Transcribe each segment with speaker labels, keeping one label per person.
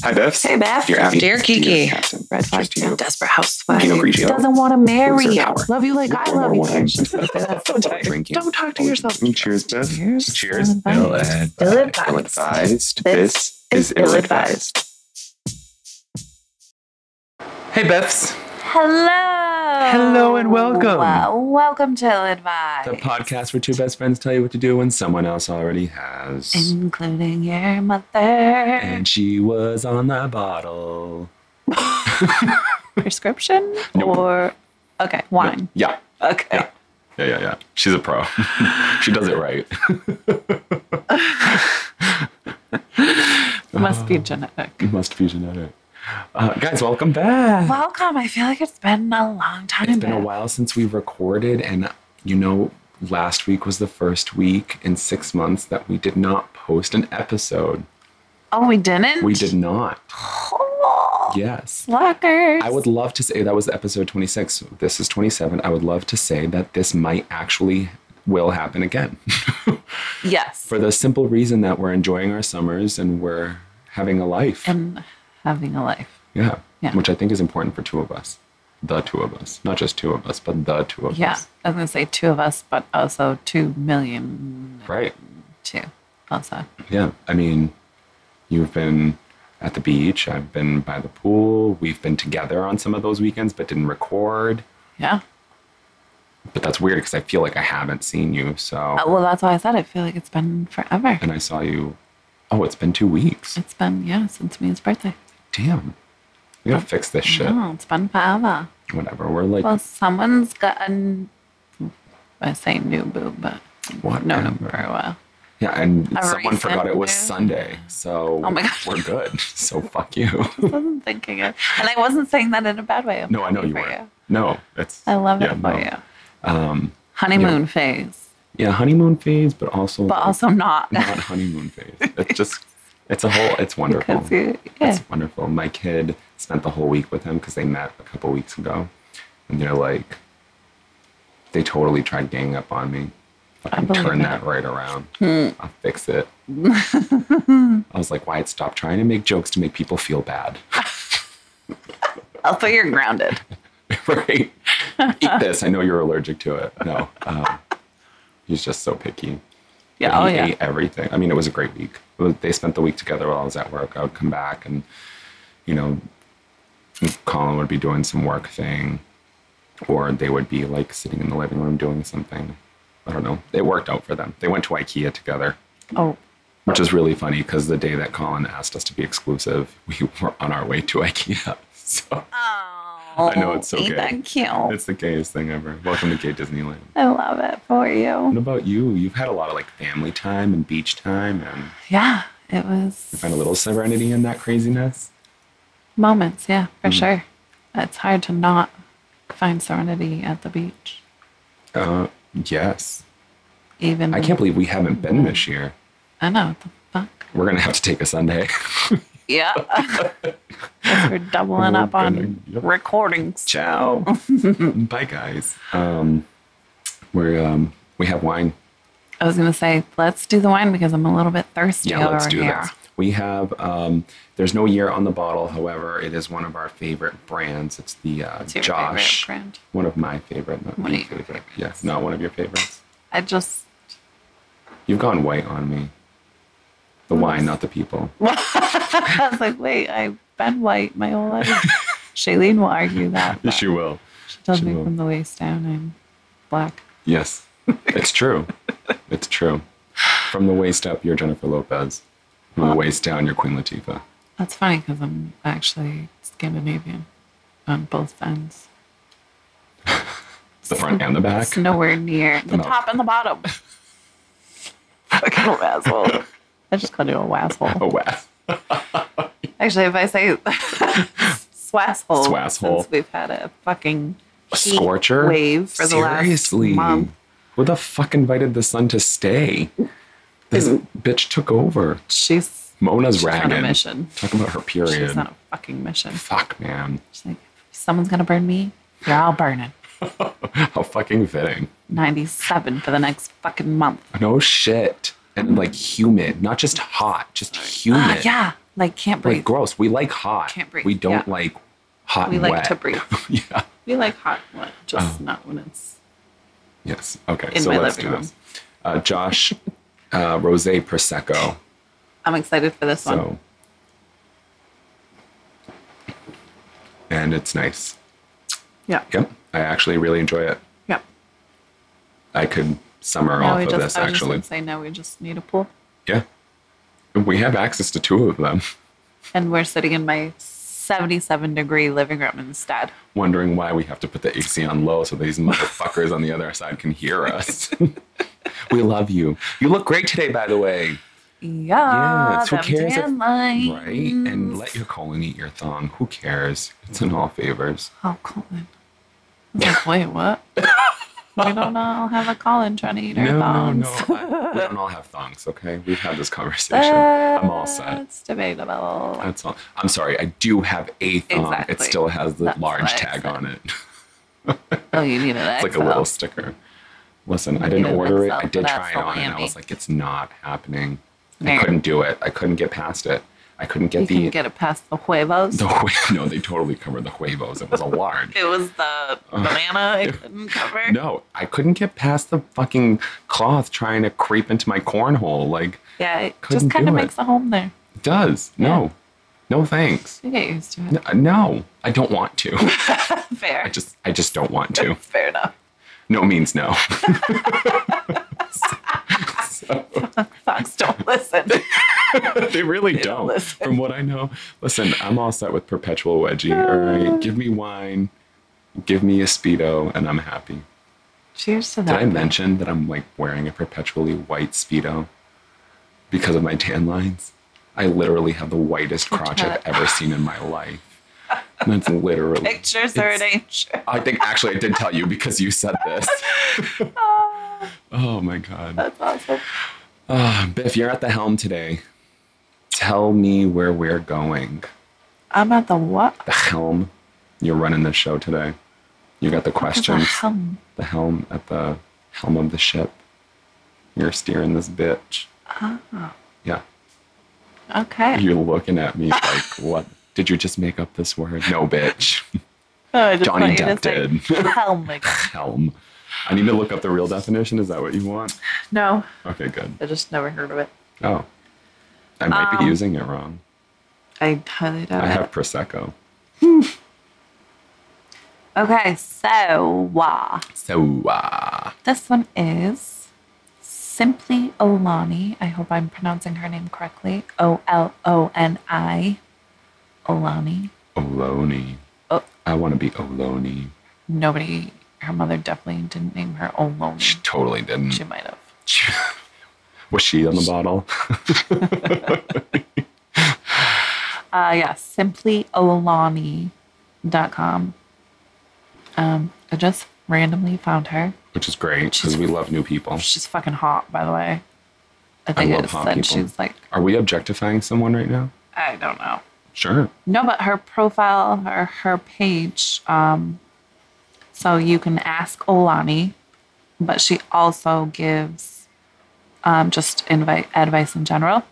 Speaker 1: Hi, Bevs.
Speaker 2: Hey, Beth.
Speaker 1: You're Abby.
Speaker 3: Dear Kiki.
Speaker 1: Dear Captain.
Speaker 2: Red flag.
Speaker 1: Just you.
Speaker 2: Desperate housewife.
Speaker 1: Pinot Grigio.
Speaker 2: Doesn't want to marry
Speaker 1: Loser
Speaker 2: you.
Speaker 1: power.
Speaker 2: Love you like I love you.
Speaker 1: Wine.
Speaker 2: so tired.
Speaker 1: Drinking.
Speaker 2: Don't talk to yourself.
Speaker 1: Cheers, Beth.
Speaker 2: Cheers.
Speaker 1: Cheers.
Speaker 2: Ill
Speaker 4: Ill-advised.
Speaker 2: advised.
Speaker 1: Ill-advised. This is ill-advised. Hey, Beths.
Speaker 3: Hello.
Speaker 4: Hello and welcome.
Speaker 3: Well, welcome to Ill
Speaker 4: The
Speaker 3: Advice,
Speaker 4: podcast where two best friends tell you what to do when someone else already has. And,
Speaker 3: including your mother.
Speaker 4: she was on the bottle.
Speaker 3: Prescription
Speaker 4: Nope.
Speaker 3: or okay, wine.
Speaker 4: Yeah.
Speaker 3: Okay.
Speaker 4: Yeah. Yeah, yeah, yeah. She's a pro. she does it right.
Speaker 2: Must
Speaker 3: Oh.
Speaker 2: be genetic.
Speaker 3: Mm-hmm.
Speaker 4: It must be genetic. Uh, guys, welcome back.
Speaker 3: Welcome. I feel like it's been a long time.
Speaker 4: it's been a
Speaker 3: babe.
Speaker 4: while since we recorded, and you know, last week was the first week in six months that we did not post an episode.
Speaker 3: Oh, we didn't.
Speaker 4: We did not.
Speaker 3: Oh,
Speaker 4: Yes.
Speaker 3: Slackers.
Speaker 4: I would love to say that was episode 26. This is 27. I would love to say that this might actually will happen again
Speaker 3: Yes.
Speaker 4: for the simple reason that we're enjoying our summers and we're having a life.
Speaker 3: and having a life.
Speaker 4: yeah.
Speaker 3: Yeah.
Speaker 4: Which I think is important for two of us. The two of us. Not just two of us, but the two of
Speaker 3: Yeah.
Speaker 4: us.
Speaker 3: I was gonna say two of us, but also two million
Speaker 4: Right.
Speaker 3: two. Also.
Speaker 4: Yeah. I mean, you've been at the beach. I've been by the pool. We've been together on some of those weekends, but didn't record.
Speaker 3: Yeah.
Speaker 4: But that's weird because I feel like I haven't seen you. So.
Speaker 3: Uh, Well, that's why I said I feel like it's been forever.
Speaker 4: and I saw you. Oh, it's been two weeks.
Speaker 3: It's been yeah since Mia's birthday.
Speaker 4: Damn. We gotta fix this shit.
Speaker 3: Oh, it's been forever.
Speaker 4: Whatever. We're like,
Speaker 3: Well, someone's gotten. I say new boo, but
Speaker 4: Whatever.
Speaker 3: no, no, for a while.
Speaker 4: yeah, and
Speaker 3: a
Speaker 4: someone forgot it was
Speaker 3: recent-
Speaker 4: Sunday, so
Speaker 3: Oh my gosh.
Speaker 4: we're good. So fuck you.
Speaker 3: I wasn't thinking it, and I wasn't saying that in a bad way. I'm
Speaker 4: no, I know
Speaker 3: happy
Speaker 4: you
Speaker 3: for
Speaker 4: were. No, it's.
Speaker 3: I love
Speaker 4: yeah,
Speaker 3: it for
Speaker 4: no.
Speaker 3: you. Um, honeymoon phase,
Speaker 4: Yeah, honeymoon phase, but also
Speaker 3: but
Speaker 4: like,
Speaker 3: also not
Speaker 4: not honeymoon phase. It's just, it's a whole. It's wonderful.
Speaker 3: because you. Yeah.
Speaker 4: It's wonderful. My kid spent the whole week with him because they met a couple weeks ago, and they're like, they totally tried ganging up on me. Fucking
Speaker 3: believe
Speaker 4: turn
Speaker 3: it. Hmm.
Speaker 4: that right around. I'll fix it. I was like, Wyatt, stop trying to make jokes to make people feel bad.
Speaker 3: Also, Oh, you're grounded.
Speaker 4: right? Eat this. I know you're allergic to it. No. Um, he's just so picky.
Speaker 3: Yeah.
Speaker 4: But
Speaker 3: Oh
Speaker 4: he
Speaker 3: yeah.
Speaker 4: ate everything. I mean, it was a great week. It was- They spent the week together while I was at work. I would come back and, you know, Colin would be doing some work thing, or they would be like sitting in the living room doing something. I don't know. It worked out for them. They went to IKEA together,
Speaker 3: Oh.
Speaker 4: which is really funny because the day that Colin asked us to be exclusive, we were on our way to IKEA. So
Speaker 3: I
Speaker 4: know, it's so
Speaker 3: Ain't
Speaker 4: gay.
Speaker 3: that cute?
Speaker 4: it's the gayest thing ever. Welcome to Gay Disneyland.
Speaker 3: I love it for you.
Speaker 4: What about you? You've had a lot of like family time and beach time and
Speaker 3: Yeah, it was.
Speaker 4: find a little serenity in that craziness.
Speaker 3: moments yeah for
Speaker 4: Mm.
Speaker 3: sure it's hard to not find serenity at the beach
Speaker 4: Uh, yes.
Speaker 3: even
Speaker 4: I can't believe we haven't been this year.
Speaker 3: i know what the fuck
Speaker 4: We're gonna have to take a Sunday.
Speaker 3: yeah Guess we're doubling
Speaker 4: We're
Speaker 3: up
Speaker 4: gonna-
Speaker 3: on
Speaker 4: yep.
Speaker 3: recordings
Speaker 4: Ciao. Bye, guys. Um, we um, we have wine.
Speaker 3: i was gonna say let's do the wine because i'm a little bit thirsty
Speaker 4: Yeah,
Speaker 3: over
Speaker 4: let's do
Speaker 3: here
Speaker 4: this. We have. Um, there's no year on the bottle. However, it is one of our favorite brands. It's the uh,
Speaker 3: your favorite
Speaker 4: Josh.
Speaker 3: brand?
Speaker 4: One of my favorite. Not
Speaker 3: One
Speaker 4: your
Speaker 3: of your
Speaker 4: favorite. Yes, not one of your favorites.
Speaker 3: i just
Speaker 4: You've gone white on me. The wine, not the people.
Speaker 3: i was like wait i've been white my whole life shailene will argue that but she
Speaker 4: will.
Speaker 3: tells
Speaker 4: she
Speaker 3: me
Speaker 4: will.
Speaker 3: from the waist down i'm black
Speaker 4: Yes, it's true. It's true. From the waist up, you're Jennifer Lopez. From the waist down, you're Queen Latifah.
Speaker 3: that's funny because i'm actually scandinavian on both ends
Speaker 4: The front and the back.
Speaker 3: It's nowhere near the
Speaker 4: mouth.
Speaker 3: top and the bottom. Fucking wasshole. I just called you a wasshole.
Speaker 4: Oh, wow.
Speaker 3: Actually, if I say swasshole,
Speaker 4: Swasshole.
Speaker 3: since we've had a fucking
Speaker 4: A
Speaker 3: heat
Speaker 4: scorcher?
Speaker 3: wave for the last
Speaker 4: Seriously.
Speaker 3: month.
Speaker 4: Who the fuck invited the sun to stay? This bitch took over.
Speaker 3: She's
Speaker 4: Mona's
Speaker 3: she's on
Speaker 4: ragged.
Speaker 3: a mission.
Speaker 4: Talk about her period.
Speaker 3: She's on a fucking mission.
Speaker 4: Fuck, man.
Speaker 3: She's like, if someone's gonna burn me. You're all burning.
Speaker 4: How fucking fitting.
Speaker 3: Ninety-seven for the next fucking month.
Speaker 4: No shit. And like humid, not just hot, just humid.
Speaker 3: Ah, yeah. Like can't
Speaker 4: Like
Speaker 3: breathe.
Speaker 4: gross. We like hot.
Speaker 3: Can't breathe,
Speaker 4: We don't
Speaker 3: yeah.
Speaker 4: like hot
Speaker 3: we
Speaker 4: and
Speaker 3: like
Speaker 4: wet. Oh.
Speaker 3: to breathe.
Speaker 4: yeah.
Speaker 3: We like hot wet, just not when it's
Speaker 4: Yes. Okay.
Speaker 3: In
Speaker 4: so
Speaker 3: my
Speaker 4: let's do
Speaker 3: living room.
Speaker 4: this. Uh, Josh, uh, rose prosecco.
Speaker 3: I'm excited for this one.
Speaker 4: So, and it's nice.
Speaker 3: Yeah.
Speaker 4: Yep. I actually really enjoy it.
Speaker 3: Yeah.
Speaker 4: I could summer
Speaker 3: Now
Speaker 4: off
Speaker 3: we
Speaker 4: of
Speaker 3: just
Speaker 4: this
Speaker 3: I was just
Speaker 4: actually.
Speaker 3: gonna say now we just need a pool.
Speaker 4: yeah. We have access to two of them.
Speaker 3: And we're sitting in my seventy seven degree living room instead.
Speaker 4: Wondering why we have to put the AC on low so these motherfuckers on the other side can hear us. we love you. You look great today, by the way.
Speaker 3: Yeah.
Speaker 4: Yes, who
Speaker 3: them
Speaker 4: cares if-
Speaker 3: tan lines.
Speaker 4: Right? And let your colon eat your thong. Who cares? It's in all favors.
Speaker 3: Oh, Colin. I was like, wait, what? we don't all have a Colin trying to eat our
Speaker 4: No, no,
Speaker 3: thumbs.
Speaker 4: no. I- we don't all have thongs, okay? We've had this conversation.
Speaker 3: That's
Speaker 4: I'm all
Speaker 3: Uh.
Speaker 4: set.
Speaker 3: debatable.
Speaker 4: That's all. I'm sorry. I do have a thong. It
Speaker 3: Exactly.
Speaker 4: still has the
Speaker 3: That's
Speaker 4: large
Speaker 3: what I
Speaker 4: tag
Speaker 3: said.
Speaker 4: on it. It's
Speaker 3: Oh, you need an
Speaker 4: like a
Speaker 3: XL.
Speaker 4: little sticker. Listen, I
Speaker 3: need
Speaker 4: didn't
Speaker 3: an
Speaker 4: order it.
Speaker 3: XL
Speaker 4: I
Speaker 3: for
Speaker 4: did
Speaker 3: that
Speaker 4: try it on, and I
Speaker 3: salami.
Speaker 4: was like, it's not happening. I
Speaker 3: No.
Speaker 4: couldn't do it. I couldn't get past it. I couldn't get
Speaker 3: You
Speaker 4: the
Speaker 3: can get it past the huevos.
Speaker 4: the hue- no. They totally covered the huevos. It was a large.
Speaker 3: It was the banana I couldn't cover.
Speaker 4: No, I couldn't get past the fucking cloth trying to creep into my cornhole. Like
Speaker 3: Yeah, it
Speaker 4: Couldn't
Speaker 3: just kind
Speaker 4: do
Speaker 3: of
Speaker 4: it.
Speaker 3: makes a home there.
Speaker 4: it does no, no thanks.
Speaker 3: You get used to it.
Speaker 4: N- No, I don't want to.
Speaker 3: Fair.
Speaker 4: I just I just don't want to.
Speaker 3: Fair enough.
Speaker 4: No means no.
Speaker 3: Fox, don't listen.
Speaker 4: they really don't.
Speaker 3: listen.
Speaker 4: From what I know, listen, I'm all set with perpetual wedgie. All right, give me wine, give me a speedo, and I'm happy.
Speaker 3: Cheers to
Speaker 4: Did
Speaker 3: that.
Speaker 4: I mention that I'm like wearing a perpetually white speedo because of my tan lines? I literally have the whitest crotch I've
Speaker 3: that.
Speaker 4: ever seen in my life. And That's literally.
Speaker 3: Pictures are in nature.
Speaker 4: I think actually I did tell you because you said this. oh my god. Ah,
Speaker 3: That's awesome.
Speaker 4: Biff, you're at the helm today. Tell me where we're going.
Speaker 3: I'm at the what?
Speaker 4: The helm. You're running the show today. You got the questions.
Speaker 3: Hum.
Speaker 4: The helm at the helm of the ship. You're steering this bitch. Yeah.
Speaker 3: Okay.
Speaker 4: You're looking at me like, what? Did you just make up this word? No, bitch.
Speaker 3: Oh, I just
Speaker 4: Johnny
Speaker 3: want you to
Speaker 4: Depp
Speaker 3: say,
Speaker 4: did.
Speaker 3: Oh my god.
Speaker 4: Helm. I need to look up the real definition. Is that what you want?
Speaker 3: No,
Speaker 4: Okay, good.
Speaker 3: I just never heard of it.
Speaker 4: Oh. I might be
Speaker 3: Um,
Speaker 4: using it wrong.
Speaker 3: I highly doubt
Speaker 4: I
Speaker 3: it.
Speaker 4: have Prosecco.
Speaker 3: Okay, so uh,
Speaker 4: So, uh,
Speaker 3: this one is Simply Olani. I hope I'm pronouncing her name correctly. O L O N I. Olani.
Speaker 4: Oloni.
Speaker 3: Oh.
Speaker 4: I want to be Oloni.
Speaker 3: Nobody, her mother definitely didn't name her
Speaker 4: She
Speaker 3: Oloni.
Speaker 4: totally didn't.
Speaker 3: She might have.
Speaker 4: Was she on the bottle?
Speaker 3: Uh, yeah, simplyolani.com. Um, I just randomly found her.
Speaker 4: Which is great because we love new people.
Speaker 3: She's fucking hot, by the way. I think
Speaker 4: love
Speaker 3: it
Speaker 4: hot
Speaker 3: said
Speaker 4: people.
Speaker 3: she's like,
Speaker 4: Are we objectifying someone right now?
Speaker 3: I don't know.
Speaker 4: Sure.
Speaker 3: No, but her profile her her page. Um, so you can ask Olani, but she also gives um, just invite advice in general.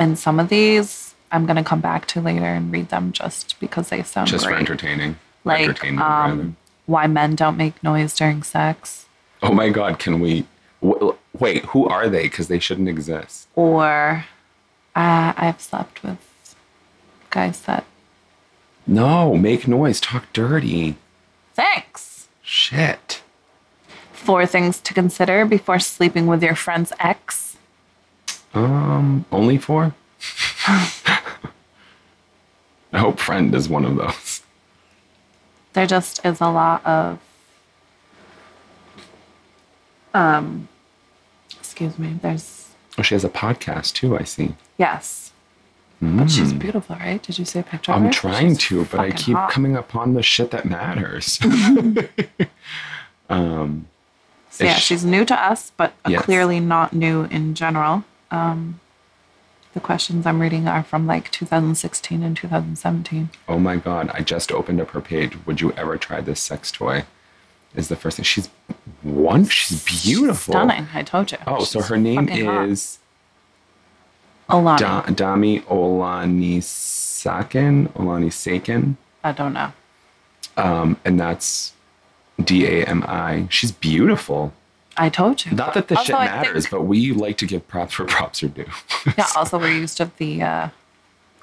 Speaker 3: And some of these I'm gonna come back to later and read them just because they sound
Speaker 4: Just for
Speaker 3: great.
Speaker 4: entertaining.
Speaker 3: like
Speaker 4: Entertainment, rather.
Speaker 3: um, why men don't make noise during sex,
Speaker 4: Oh my God, can we? W- wait, who are they? Because they shouldn't exist.
Speaker 3: or uh, I've slept with guys that
Speaker 4: No, make noise, talk dirty.
Speaker 3: thanks.
Speaker 4: Shit.
Speaker 3: Four things to consider before sleeping with your friend's ex.
Speaker 4: Um, only four? I hope friend is one of those.
Speaker 3: There just is a lot of. Um, um, excuse me. There's
Speaker 4: Oh, she has a podcast too, I see.
Speaker 3: yes, but she's beautiful, right? Did you see a picture? of
Speaker 4: Hmm. I'm
Speaker 3: her?
Speaker 4: trying
Speaker 3: She's
Speaker 4: to, but I
Speaker 3: fucking
Speaker 4: keep
Speaker 3: hot.
Speaker 4: coming upon the shit that matters.
Speaker 3: So, yeah,
Speaker 4: Ish.
Speaker 3: she's new to us, but uh,
Speaker 4: Yes.
Speaker 3: clearly not new in general. Um, the questions I'm reading are from like 2016 and 2017.
Speaker 4: oh my god, I just opened up her page. Would you ever try this sex toy? Is the first thing. She's one. She's beautiful.
Speaker 3: Stunning. I told you.
Speaker 4: Oh, so
Speaker 3: She's
Speaker 4: her name
Speaker 3: fucking hot.
Speaker 4: is
Speaker 3: Alana.
Speaker 4: Da- Dami Olanisaken, Olanisaken,
Speaker 3: I don't know.
Speaker 4: um, and that's D A M I. She's beautiful.
Speaker 3: I told you.
Speaker 4: Not that this
Speaker 3: Also,
Speaker 4: shit
Speaker 3: I
Speaker 4: matters,
Speaker 3: think-
Speaker 4: but we like to give props where props are due,
Speaker 3: Yeah. Also, we're used of the uh,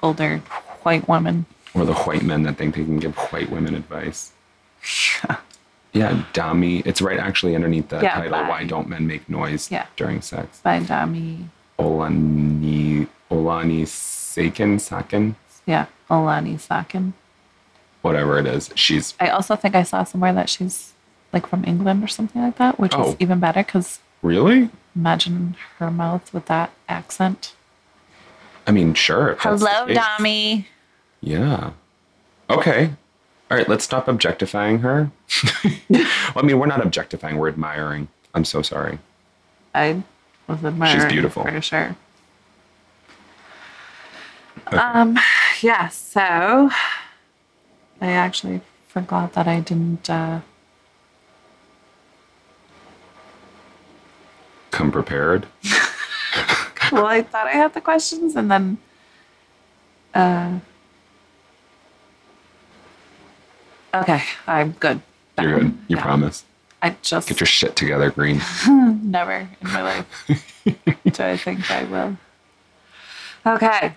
Speaker 3: older white woman.
Speaker 4: or the white men that think they can give white women advice. Yeah, Dami. It's right actually underneath that
Speaker 3: Yeah,
Speaker 4: title.
Speaker 3: by-
Speaker 4: Why don't men make noise
Speaker 3: Yeah.
Speaker 4: during sex?
Speaker 3: By Dami.
Speaker 4: Olani Olani Saken Saken,
Speaker 3: Yeah. Olani Sakin.
Speaker 4: whatever it is. She's
Speaker 3: I also think I saw somewhere that she's like from England or something like that, which
Speaker 4: Oh.
Speaker 3: is even better because
Speaker 4: really.
Speaker 3: imagine her mouth with that accent.
Speaker 4: I mean, sure. if that's the
Speaker 3: Hello,
Speaker 4: case.
Speaker 3: Dami.
Speaker 4: Yeah. Okay. All right. Let's stop objectifying her. well, I mean, we're not objectifying. We're admiring. I'm so sorry.
Speaker 3: I was admiring.
Speaker 4: beautiful.
Speaker 3: for sure.
Speaker 4: Okay.
Speaker 3: Um, yeah. So I actually forgot that I didn't. Uh,
Speaker 4: Come prepared.
Speaker 3: well, I thought I had the questions, and then. Uh, okay, I'm good.
Speaker 4: You're good. You
Speaker 3: Yeah.
Speaker 4: promise.
Speaker 3: I just
Speaker 4: Get your shit together, Green.
Speaker 3: never in my life do I think I will. Okay.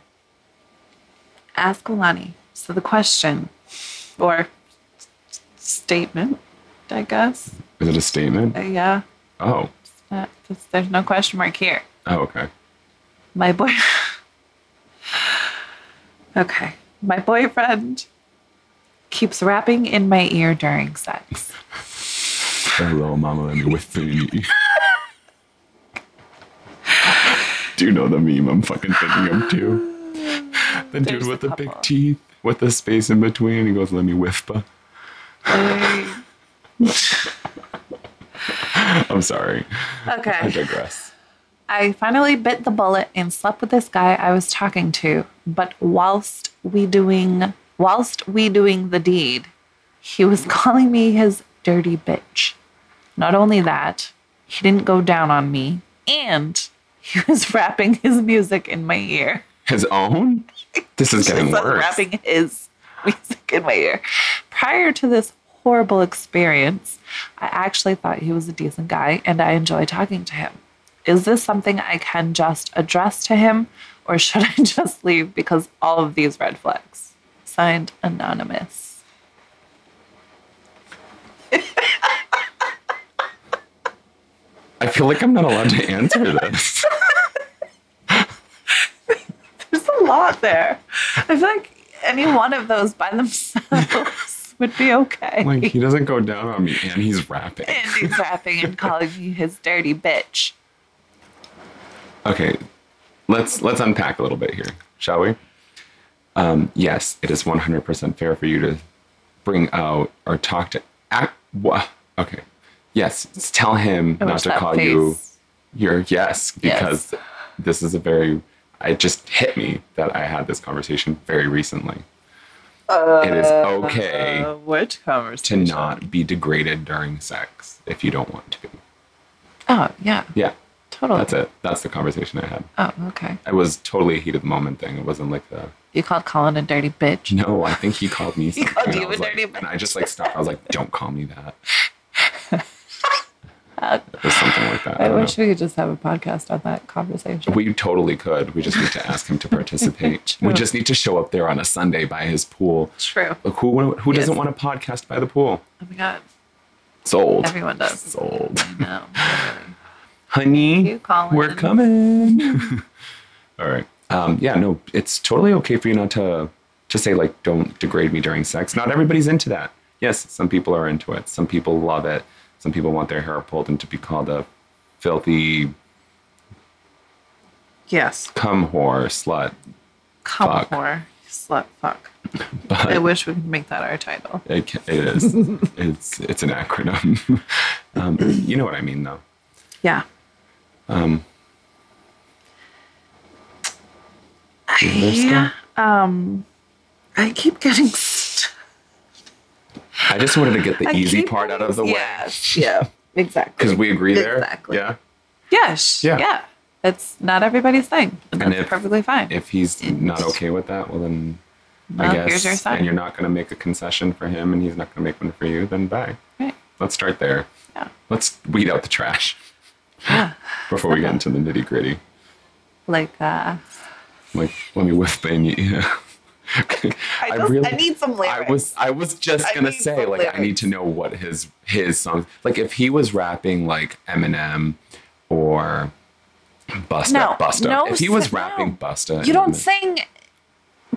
Speaker 3: Ask Olani. So the question or s- statement, I guess.
Speaker 4: Is it a
Speaker 3: Uh,
Speaker 4: statement?
Speaker 3: yeah.
Speaker 4: Oh.
Speaker 3: It's not- it's- there's no question mark here.
Speaker 4: Oh, okay.
Speaker 3: My boy. okay. My boyfriend keeps rapping in my ear during sex.
Speaker 4: Hello, Mama. Let me with me. Do you know the meme I'm fucking thinking of too? The dude
Speaker 3: There's
Speaker 4: with
Speaker 3: a
Speaker 4: the big
Speaker 3: couple.
Speaker 4: teeth, with the space in between. He goes, "Let me whisper."
Speaker 3: I-
Speaker 4: I'm sorry. I
Speaker 3: okay.
Speaker 4: digress.
Speaker 3: I finally bit the bullet and slept with this guy I was talking to, but whilst we doing whilst we doing the deed, he was calling me his dirty bitch. Not only that, he didn't go down on me, and he was rapping his music in my ear.
Speaker 4: His own? This is getting
Speaker 3: He was
Speaker 4: worse.
Speaker 3: rapping his music in my ear. Prior to this horrible experience, I actually thought he was a decent guy and I enjoy talking to him. Is this something I can just address to him or should I just leave because all of these red flags? Signed Anonymous.
Speaker 4: I feel like I'm not allowed to answer this.
Speaker 3: There's a lot there. I feel like any one of those by themselves would be okay.
Speaker 4: like he doesn't go down on me and he's rapping.
Speaker 3: and he's rapping and calling me his dirty bitch.
Speaker 4: Okay. Let's let's unpack a little bit here, shall we? Um, yes, it is 100% fair for you to bring out or talk to act, wha- okay. Yes, s- tell him
Speaker 3: I
Speaker 4: not
Speaker 3: wish
Speaker 4: to
Speaker 3: that
Speaker 4: call you
Speaker 3: face-
Speaker 4: your yes
Speaker 3: Yes.
Speaker 4: because this is a very it just hit me that I had this conversation very recently. it is okay.
Speaker 3: Uh, which
Speaker 4: to
Speaker 3: conversation?
Speaker 4: not be degraded during sex if you don't want to.
Speaker 3: Oh yeah,
Speaker 4: Yeah,
Speaker 3: totally.
Speaker 4: that's it. That's the conversation I had.
Speaker 3: Oh okay.
Speaker 4: It was totally a heat of the moment thing. It wasn't like the
Speaker 3: You called Colin a dirty bitch.
Speaker 4: no. I think he called me. something,
Speaker 3: called
Speaker 4: and I
Speaker 3: you a
Speaker 4: was like-
Speaker 3: dirty
Speaker 4: and I just like stopped. I was like, don't call me that. it was something like that. I,
Speaker 3: I
Speaker 4: don't
Speaker 3: wish
Speaker 4: know.
Speaker 3: we could just have a podcast on that conversation.
Speaker 4: We totally could. We just need to ask him to participate. we
Speaker 3: True.
Speaker 4: just need to show up there on a Sunday by his pool.
Speaker 3: True.
Speaker 4: Like, who who doesn't
Speaker 3: Yes.
Speaker 4: want a podcast by the pool?
Speaker 3: Oh my god,
Speaker 4: Sold.
Speaker 3: everyone does.
Speaker 4: Sold.
Speaker 3: No, really.
Speaker 4: honey,
Speaker 3: you, Colin.
Speaker 4: we're coming. All right. Um, yeah, no, it's totally okay for you not to to say like, don't degrade me during sex. Not everybody's into that. Yes, some people are into it. Some people love it. Some people want their hair pulled and to be called a filthy
Speaker 3: Yes,
Speaker 4: cum whore slut.
Speaker 3: come
Speaker 4: Fuck.
Speaker 3: whore, you slut, fuck.
Speaker 4: But
Speaker 3: I wish we could make that our title.
Speaker 4: It, ca- it is. it's it's an acronym. um, you know what I mean, though.
Speaker 3: Yeah.
Speaker 4: Um,
Speaker 3: Yeah. Um, I keep getting. St-
Speaker 4: I just wanted to get the
Speaker 3: I
Speaker 4: easy
Speaker 3: keep
Speaker 4: part out of the way
Speaker 3: Yes. Yeah. Exactly.
Speaker 4: because we agree there.
Speaker 3: Exactly.
Speaker 4: Yeah.
Speaker 3: Yes.
Speaker 4: Yeah.
Speaker 3: Yeah. It's not everybody's thing, and
Speaker 4: And
Speaker 3: that's
Speaker 4: if-
Speaker 3: perfectly fine.
Speaker 4: If he's not okay with that, well then I
Speaker 3: Well,
Speaker 4: guess
Speaker 3: here's your sign.
Speaker 4: and you're not gonna make a concession for him and he's not gonna make one for you, then bye.
Speaker 3: right?
Speaker 4: Let's start there.
Speaker 3: Yeah.
Speaker 4: Let's weed out the trash
Speaker 3: Yeah.
Speaker 4: before we get into the nitty gritty.
Speaker 3: Like, uh,
Speaker 4: Like, let me whiff in you. Yeah.
Speaker 3: I, just, I need some lyrics.
Speaker 4: I was I was just
Speaker 3: I
Speaker 4: gonna
Speaker 3: need
Speaker 4: say
Speaker 3: some
Speaker 4: like I need
Speaker 3: lyrics.
Speaker 4: to know what his his songs like if he was rapping like Eminem or Busta
Speaker 3: No,
Speaker 4: Busta
Speaker 3: no,
Speaker 4: if he was
Speaker 3: sir, no.
Speaker 4: rapping Busta
Speaker 3: you don't
Speaker 4: and-
Speaker 3: sing,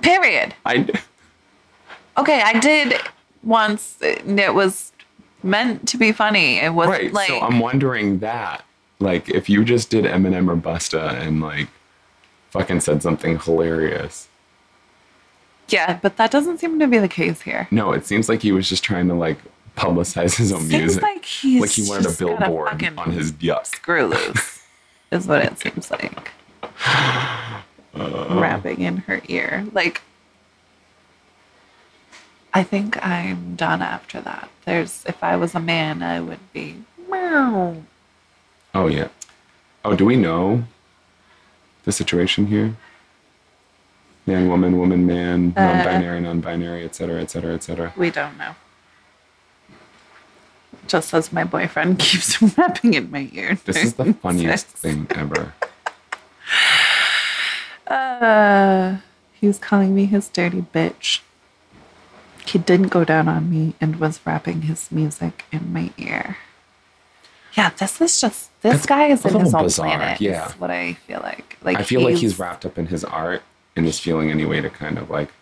Speaker 3: period.
Speaker 4: I
Speaker 3: Okay, I did once, and it was meant to be funny. It was
Speaker 4: right
Speaker 3: like,
Speaker 4: so I'm wondering that like if you just did Eminem or Busta and like fucking said something hilarious
Speaker 3: yeah, but that doesn't seem to be the case here.
Speaker 4: no it seems like he was just trying to like publicize his own
Speaker 3: Seems
Speaker 4: music
Speaker 3: like he's
Speaker 4: like he wanted a
Speaker 3: just got
Speaker 4: billboard
Speaker 3: fucking
Speaker 4: on his yuck
Speaker 3: screw loose, is what it seems like. Rapping in her ear, like. I think I'm done after that. There's, if I was a man, I would be. Meow.
Speaker 4: Oh yeah. Oh, do we know the situation here? Man, woman, woman, man,
Speaker 3: Uh,
Speaker 4: non-binary, non-binary, et cetera, et cetera, et cetera.
Speaker 3: We don't know. Just as my boyfriend keeps rapping in my ear.
Speaker 4: This is the funniest
Speaker 3: Sex.
Speaker 4: thing ever.
Speaker 3: Uh, he was calling me his dirty bitch. He didn't go down on me and was rapping his music in my ear. Yeah, this is just this
Speaker 4: That's
Speaker 3: guy is
Speaker 4: a
Speaker 3: in his
Speaker 4: little
Speaker 3: own
Speaker 4: bizarre,
Speaker 3: planet.
Speaker 4: yeah.
Speaker 3: is what I feel like. Like
Speaker 4: I feel like he's wrapped up in his art and is feeling any way to kind of like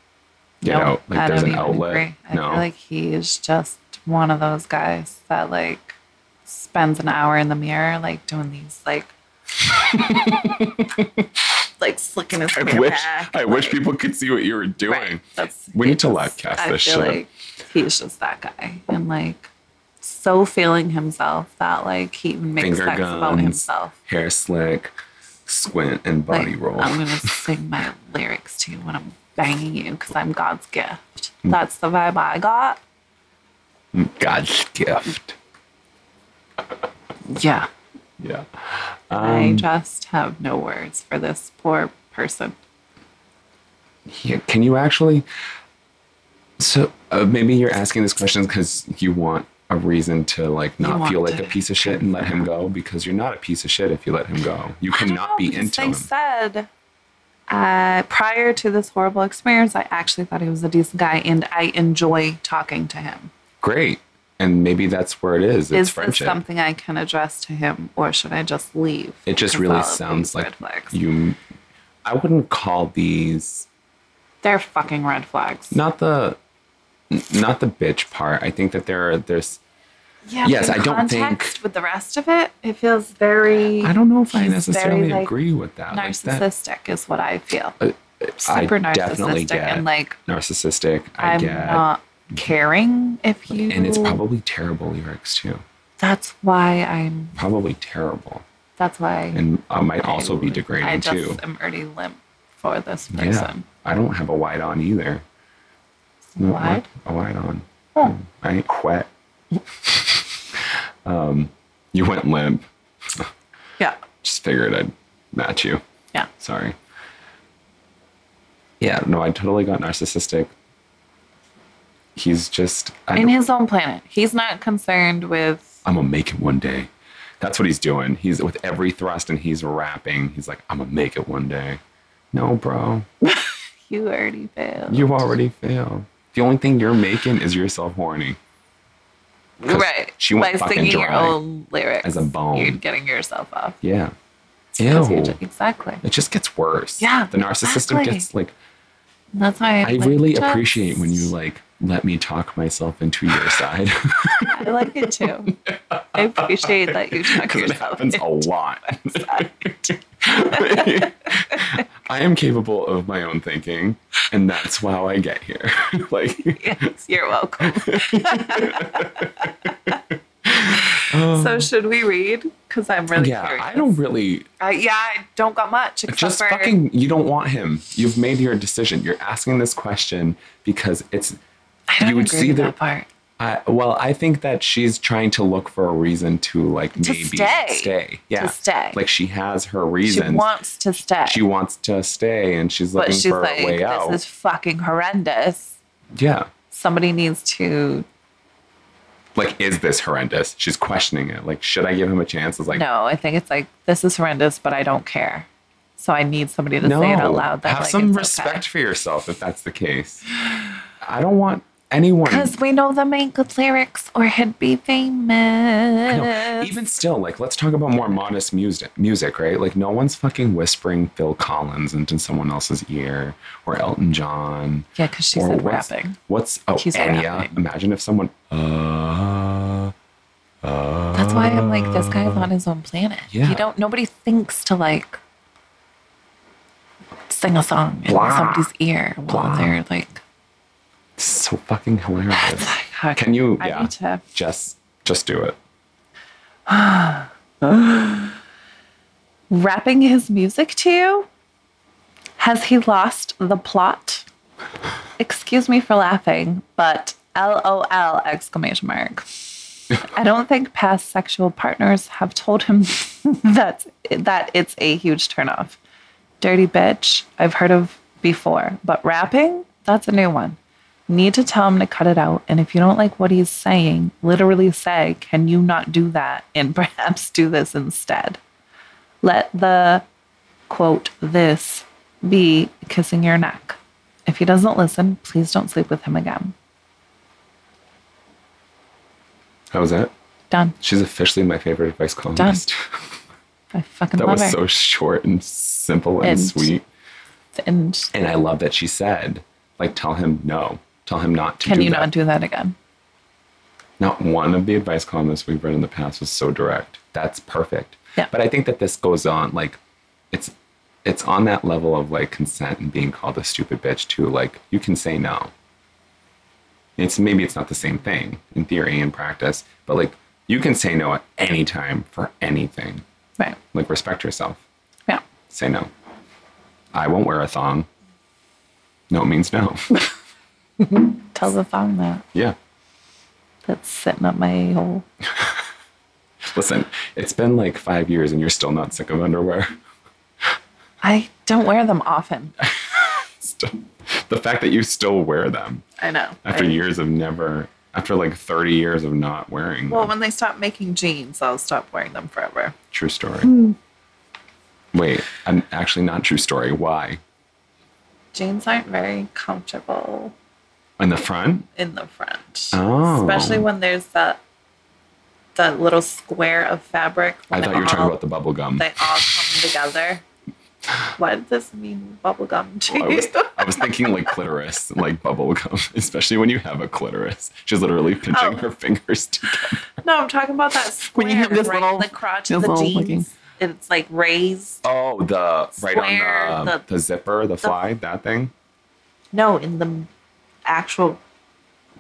Speaker 4: get
Speaker 3: Nope,
Speaker 4: out. Like
Speaker 3: I
Speaker 4: there's
Speaker 3: don't
Speaker 4: an
Speaker 3: even
Speaker 4: outlet.
Speaker 3: agree. I
Speaker 4: no.
Speaker 3: feel like he is just one of those guys that like spends an hour in the mirror like doing these like like slicking his
Speaker 4: I
Speaker 3: hair
Speaker 4: wish
Speaker 3: back.
Speaker 4: I wish people could see what you were doing.
Speaker 3: Right. That's,
Speaker 4: We need to
Speaker 3: it's-
Speaker 4: livecast
Speaker 3: I
Speaker 4: this
Speaker 3: feel
Speaker 4: shit.
Speaker 3: Like he's just that guy and like so feeling himself that like he even makes
Speaker 4: Finger
Speaker 3: facts about
Speaker 4: guns.
Speaker 3: himself.
Speaker 4: Hair slick, squint, and body
Speaker 3: Like,
Speaker 4: roll.
Speaker 3: I'm gonna sing my lyrics to you when I'm banging you because I'm God's gift.
Speaker 4: Mm.
Speaker 3: That's the vibe I got.
Speaker 4: God's gift.
Speaker 3: Yeah.
Speaker 4: Yeah. Um,
Speaker 3: I just have no words for this poor person.
Speaker 4: Yeah, can you actually? So uh, maybe you're asking this question because you want a reason to like not
Speaker 3: want
Speaker 4: feel like a
Speaker 3: to
Speaker 4: piece of shit and let him go because you're not a piece of shit if you let him go. You
Speaker 3: I don't know,
Speaker 4: cannot be
Speaker 3: because
Speaker 4: into
Speaker 3: they
Speaker 4: him.
Speaker 3: said uh, prior to this horrible experience, I actually thought he was a decent guy, and I enjoy talking to him.
Speaker 4: Great, and maybe that's where it is. It's
Speaker 3: Is
Speaker 4: friendship.
Speaker 3: this something I can address to him, or should I just leave?
Speaker 4: it
Speaker 3: Because
Speaker 4: just
Speaker 3: all
Speaker 4: really
Speaker 3: of
Speaker 4: sounds
Speaker 3: these
Speaker 4: like
Speaker 3: red flags.
Speaker 4: you. I wouldn't call these
Speaker 3: they're fucking red flags.
Speaker 4: not the n- not the bitch part. I think that there are there's.
Speaker 3: yeah,
Speaker 4: yes,
Speaker 3: in
Speaker 4: I don't think-
Speaker 3: context with the rest of it, it feels very
Speaker 4: I don't know if I
Speaker 3: He's very,
Speaker 4: necessarily
Speaker 3: like,
Speaker 4: agree with that. Like that Uh,
Speaker 3: narcissistic, is what I feel.
Speaker 4: I
Speaker 3: Super
Speaker 4: definitely
Speaker 3: narcissistic,
Speaker 4: get
Speaker 3: and like
Speaker 4: narcissistic. I
Speaker 3: I'm
Speaker 4: get,
Speaker 3: not caring if you.
Speaker 4: and it's probably terrible lyrics too.
Speaker 3: that's why I'm.
Speaker 4: Probably terrible,
Speaker 3: That's why
Speaker 4: and uh, might also be
Speaker 3: I
Speaker 4: degrading
Speaker 3: just
Speaker 4: too.
Speaker 3: am already limp for this
Speaker 4: Yeah,
Speaker 3: person.
Speaker 4: I don't have a wide on either. Not
Speaker 3: Wide?
Speaker 4: A wide on.
Speaker 3: Oh.
Speaker 4: I ain't wet. um, you went limp.
Speaker 3: Yeah,
Speaker 4: Just figured I'd match you.
Speaker 3: yeah.
Speaker 4: Sorry. Yeah, no, I totally got narcissistic. He's just. I
Speaker 3: In
Speaker 4: don't-
Speaker 3: his own planet, he's not concerned with.
Speaker 4: I'm gonna make it one day. That's what he's doing. He's with every thrust and he's rapping. He's like, I'm gonna make it one day. No, bro,
Speaker 3: You already failed.
Speaker 4: you already failed. The only thing you're making is yourself horny. 'Cause
Speaker 3: right.
Speaker 4: She went
Speaker 3: By
Speaker 4: fucking
Speaker 3: singing
Speaker 4: dry.
Speaker 3: your own lyrics
Speaker 4: as a bone.
Speaker 3: You're getting yourself off.
Speaker 4: Yeah.
Speaker 3: 'Cause you
Speaker 4: Ew.
Speaker 3: ju- exactly.
Speaker 4: It just gets worse.
Speaker 3: Yeah,
Speaker 4: The narcissism
Speaker 3: exactly.
Speaker 4: gets like.
Speaker 3: That's why
Speaker 4: I
Speaker 3: like,
Speaker 4: really
Speaker 3: just-
Speaker 4: appreciate when you like let me talk myself into your side
Speaker 3: I like it too. I appreciate that you talk
Speaker 4: because it
Speaker 3: yourself.
Speaker 4: happens a lot. I am capable of my own thinking, and that's how I get here. like.
Speaker 3: Yes, you're welcome.
Speaker 4: Um,
Speaker 3: So should we read? Because I'm really
Speaker 4: yeah,
Speaker 3: curious.
Speaker 4: I don't really.
Speaker 3: I, yeah, I don't got much. Except
Speaker 4: Just
Speaker 3: for,
Speaker 4: fucking. You don't want him. You've made your decision. You're asking this question because it's.
Speaker 3: I don't
Speaker 4: you would
Speaker 3: agree
Speaker 4: see
Speaker 3: with
Speaker 4: the-
Speaker 3: that part.
Speaker 4: I, well, I think that she's trying to look for a reason to like
Speaker 3: To
Speaker 4: maybe
Speaker 3: stay.
Speaker 4: Yeah,
Speaker 3: stay.
Speaker 4: Like she has her
Speaker 3: She
Speaker 4: reasons.
Speaker 3: wants to stay.
Speaker 4: She wants to stay, and she's
Speaker 3: but
Speaker 4: looking
Speaker 3: she's
Speaker 4: for
Speaker 3: like,
Speaker 4: a way
Speaker 3: this
Speaker 4: out.
Speaker 3: is fucking horrendous.
Speaker 4: yeah.
Speaker 3: Somebody needs to
Speaker 4: Like, is this horrendous? She's questioning it. Like, should I give him a chance? It's like,
Speaker 3: no. I think it's like this is horrendous, but I don't care. So I need somebody to say it out loud. That
Speaker 4: have
Speaker 3: like,
Speaker 4: some
Speaker 3: it's
Speaker 4: respect for yourself if that's the case. I don't want anyone.
Speaker 3: Because we know them ain't good lyrics, or he'd be famous.
Speaker 4: No, even still, like let's talk about more modest music, music, right? Like no one's fucking whispering Phil Collins into someone else's ear or Elton John.
Speaker 3: yeah, because she
Speaker 4: or
Speaker 3: said
Speaker 4: what's,
Speaker 3: rapping.
Speaker 4: What's oh
Speaker 3: He's
Speaker 4: Enya?
Speaker 3: rapping.
Speaker 4: Imagine if someone. Uh, uh,
Speaker 3: That's why I'm like, this guy's on his own planet.
Speaker 4: Ah. Yeah.
Speaker 3: You don't. Nobody thinks to like sing a song in
Speaker 4: Blah.
Speaker 3: somebody's ear while
Speaker 4: Blah.
Speaker 3: they're like,
Speaker 4: so fucking hilarious.
Speaker 3: "Fuck,
Speaker 4: Can you?
Speaker 3: I
Speaker 4: yeah.
Speaker 3: need to.
Speaker 4: Just, just do it.
Speaker 3: Rapping his music to you. Has he lost the plot? Excuse me for laughing, but LOL exclamation mark. I don't think past sexual partners have told him that that it's a huge turnoff. Dirty bitch, I've heard of before, but rapping, that's a new one. Need to tell him to cut it out. And if you don't like what he's saying, literally say, can you not do that and perhaps do this instead? Let the quote this be kissing your neck. If he doesn't listen, please don't sleep with him again.
Speaker 4: How was that?
Speaker 3: Done.
Speaker 4: She's officially my favorite advice columnist.
Speaker 3: I fucking
Speaker 4: that
Speaker 3: love
Speaker 4: was
Speaker 3: her.
Speaker 4: so short and simple and
Speaker 3: And-
Speaker 4: sweet.
Speaker 3: and
Speaker 4: And I love that she said, like, tell him no. Tell him not to
Speaker 3: can
Speaker 4: do
Speaker 3: you
Speaker 4: that.
Speaker 3: not do that again?
Speaker 4: Not one of the advice columns we've read in the past was so direct. That's perfect.
Speaker 3: Yeah.
Speaker 4: But I think that this goes on like it's it's on that level of like consent and being called a stupid bitch too. Like you can say no. It's maybe it's not the same thing in theory and practice, but like you can say no at any time for anything.
Speaker 3: Right.
Speaker 4: Like respect yourself.
Speaker 3: Yeah.
Speaker 4: Say no. I won't wear a thong. No means no.
Speaker 3: Tell the thong that.
Speaker 4: yeah.
Speaker 3: That's sitting up my hole.
Speaker 4: Listen, it's been like five years and you're still not sick of underwear.
Speaker 3: I don't wear them often.
Speaker 4: Still- the fact that you still wear them
Speaker 3: I know.
Speaker 4: after
Speaker 3: I-
Speaker 4: years of never, after like 30 years of not wearing
Speaker 3: Well,
Speaker 4: them.
Speaker 3: when they stop making jeans, I'll stop wearing them forever.
Speaker 4: True story.
Speaker 3: Hmm.
Speaker 4: Wait, I'm actually not true story. Why?
Speaker 3: Jeans aren't very comfortable
Speaker 4: In the front?
Speaker 3: in the front.
Speaker 4: Oh.
Speaker 3: Especially when there's that that little square of fabric.
Speaker 4: I
Speaker 3: when
Speaker 4: thought
Speaker 3: it
Speaker 4: you were talking
Speaker 3: all-
Speaker 4: about the bubble gum.
Speaker 3: They all come together. What does this mean, bubblegum to
Speaker 4: I was,
Speaker 3: you?
Speaker 4: I was thinking like clitoris, like bubble gum, especially when you have a clitoris. She's literally pinching
Speaker 3: Oh.
Speaker 4: her fingers together.
Speaker 3: No, I'm talking about that square
Speaker 2: When you have this
Speaker 3: right in
Speaker 2: little-
Speaker 3: the crotch
Speaker 2: this
Speaker 3: of the
Speaker 2: little
Speaker 3: jeans.
Speaker 2: looking-
Speaker 3: It's like raised.
Speaker 4: Oh, the right
Speaker 3: Square,
Speaker 4: on the,
Speaker 3: the-
Speaker 4: the, zipper, the fly, that thing.
Speaker 3: No, in the actual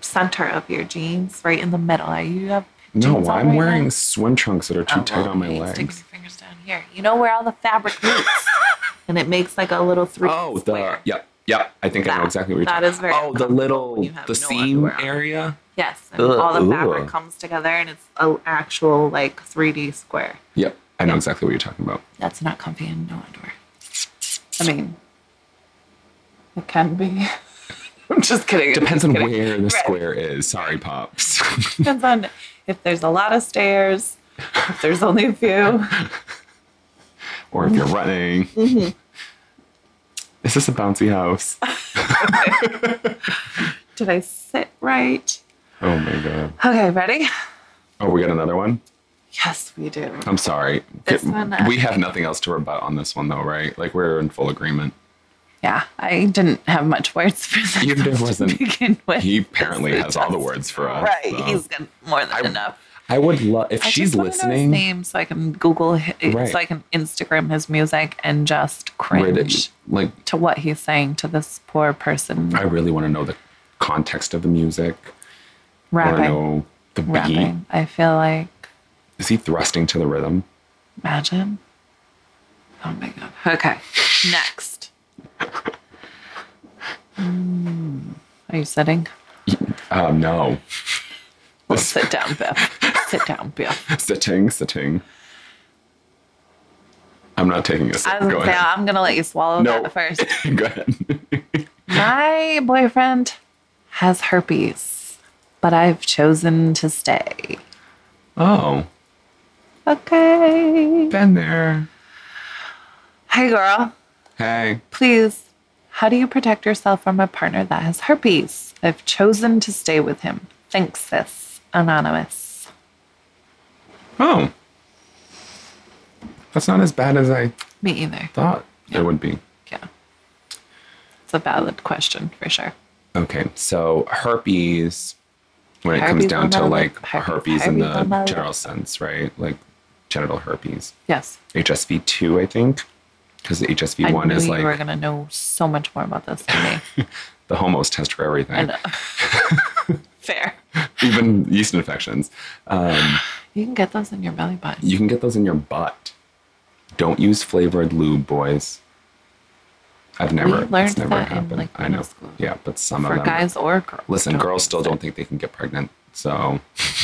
Speaker 3: center of your jeans, right in the middle. Are you have
Speaker 4: No,
Speaker 3: jeans on
Speaker 4: I'm
Speaker 3: right
Speaker 4: wearing
Speaker 3: now?
Speaker 4: swim trunks that are too
Speaker 3: Oh,
Speaker 4: tight
Speaker 3: well,
Speaker 4: on my
Speaker 3: you stick
Speaker 4: legs.
Speaker 3: your fingers down here. You know where all the fabric meets, and it makes like a little three.
Speaker 4: Oh, the
Speaker 3: square.
Speaker 4: yep, yep. I think I know
Speaker 3: That-
Speaker 4: exactly what you're
Speaker 3: that
Speaker 4: talking.
Speaker 3: is very
Speaker 4: Oh, the little
Speaker 3: when you have no
Speaker 4: the seam
Speaker 3: underwear on.
Speaker 4: area.
Speaker 3: yes, and
Speaker 4: Ugh,
Speaker 3: all the fabric
Speaker 4: ugh.
Speaker 3: comes together, and it's an actual like 3D square.
Speaker 4: Yep, I know
Speaker 3: Yeah.
Speaker 4: exactly what you're talking about.
Speaker 3: That's not comfy in no underwear. I mean, it can be. I'm just kidding.
Speaker 4: Depends on where the
Speaker 3: Right.
Speaker 4: square is. Sorry, pops.
Speaker 3: Depends on if there's a lot of stairs, if there's only a few.
Speaker 4: or if you're running.
Speaker 3: Mm-hmm.
Speaker 4: Is this a bouncy house?
Speaker 3: Did I sit right?
Speaker 4: Oh my god.
Speaker 3: Okay, ready?
Speaker 4: Oh, we got another one.
Speaker 3: Yes, we do.
Speaker 4: I'm sorry.
Speaker 3: This
Speaker 4: Get-
Speaker 3: one, uh,
Speaker 4: we have nothing else to rebut on this one, though, right? Like we're in full agreement.
Speaker 3: Yeah, I didn't have much words for this
Speaker 4: You- there
Speaker 3: one
Speaker 4: wasn't-
Speaker 3: to begin with.
Speaker 4: He apparently has all the words for us.
Speaker 3: right,
Speaker 4: so.
Speaker 3: he's got more than
Speaker 4: I-
Speaker 3: enough.
Speaker 4: I would love if
Speaker 3: I
Speaker 4: she's
Speaker 3: just wanna know his
Speaker 4: listening.
Speaker 3: name so I can Google, hi-
Speaker 4: Right.
Speaker 3: so I can Instagram his music and just
Speaker 4: where the-
Speaker 3: cringe.
Speaker 4: Like
Speaker 3: to what he's saying to this poor person
Speaker 4: I really want to know the context of the music. I want to
Speaker 3: rapping.
Speaker 4: know the beat.
Speaker 3: Rapping. I feel like
Speaker 4: Is he thrusting to the rhythm?
Speaker 3: imagine. Oh my god. Okay. Next. Mm, are you Hmm, sitting?
Speaker 4: Um, no.
Speaker 3: Well, sit down, Biff. sit down, Biff.
Speaker 4: sitting, sitting. I'm not taking a sip.
Speaker 3: I was
Speaker 4: Go
Speaker 3: gonna uh, say,
Speaker 4: ahead.
Speaker 3: I'm gonna let you swallow that first.
Speaker 4: Go ahead.
Speaker 3: My boyfriend has herpes, but I've chosen to stay.
Speaker 4: Oh,
Speaker 3: Okay.
Speaker 4: been there.
Speaker 3: Hi, girl.
Speaker 4: Hey,
Speaker 3: Please, how do you protect yourself from a partner that has herpes? I've chosen to stay with him. Thanks, sis. Anonymous.
Speaker 4: oh, that's not as bad as I
Speaker 3: Me either.
Speaker 4: thought it would be.
Speaker 3: Yeah. It's a valid question for sure.
Speaker 4: Okay, so herpes, when it
Speaker 3: Herpes
Speaker 4: comes down to
Speaker 3: will
Speaker 4: like
Speaker 3: not- herpes-
Speaker 4: herpes, in
Speaker 3: herpes will
Speaker 4: the
Speaker 3: not-
Speaker 4: general sense, right? Like genital herpes,
Speaker 3: Yes.
Speaker 4: HSV two, I think, because HSV one
Speaker 3: I knew
Speaker 4: is
Speaker 3: you
Speaker 4: like
Speaker 3: were going to know so much more about this than me.
Speaker 4: the homos test for
Speaker 3: I
Speaker 4: everything,
Speaker 3: know. Fair.
Speaker 4: even yeast infections.
Speaker 3: You can get those in your belly button.
Speaker 4: You can get those in your butt. Don't use flavored lube, boys. I've never.
Speaker 3: learned
Speaker 4: it's never
Speaker 3: that in,
Speaker 4: happened.
Speaker 3: like,
Speaker 4: I
Speaker 3: middle
Speaker 4: know.
Speaker 3: school.
Speaker 4: Yeah, but some
Speaker 3: For
Speaker 4: of them.
Speaker 3: guys or girls.
Speaker 4: listen, girls still
Speaker 3: use
Speaker 4: don't
Speaker 3: it.
Speaker 4: think they can get pregnant, so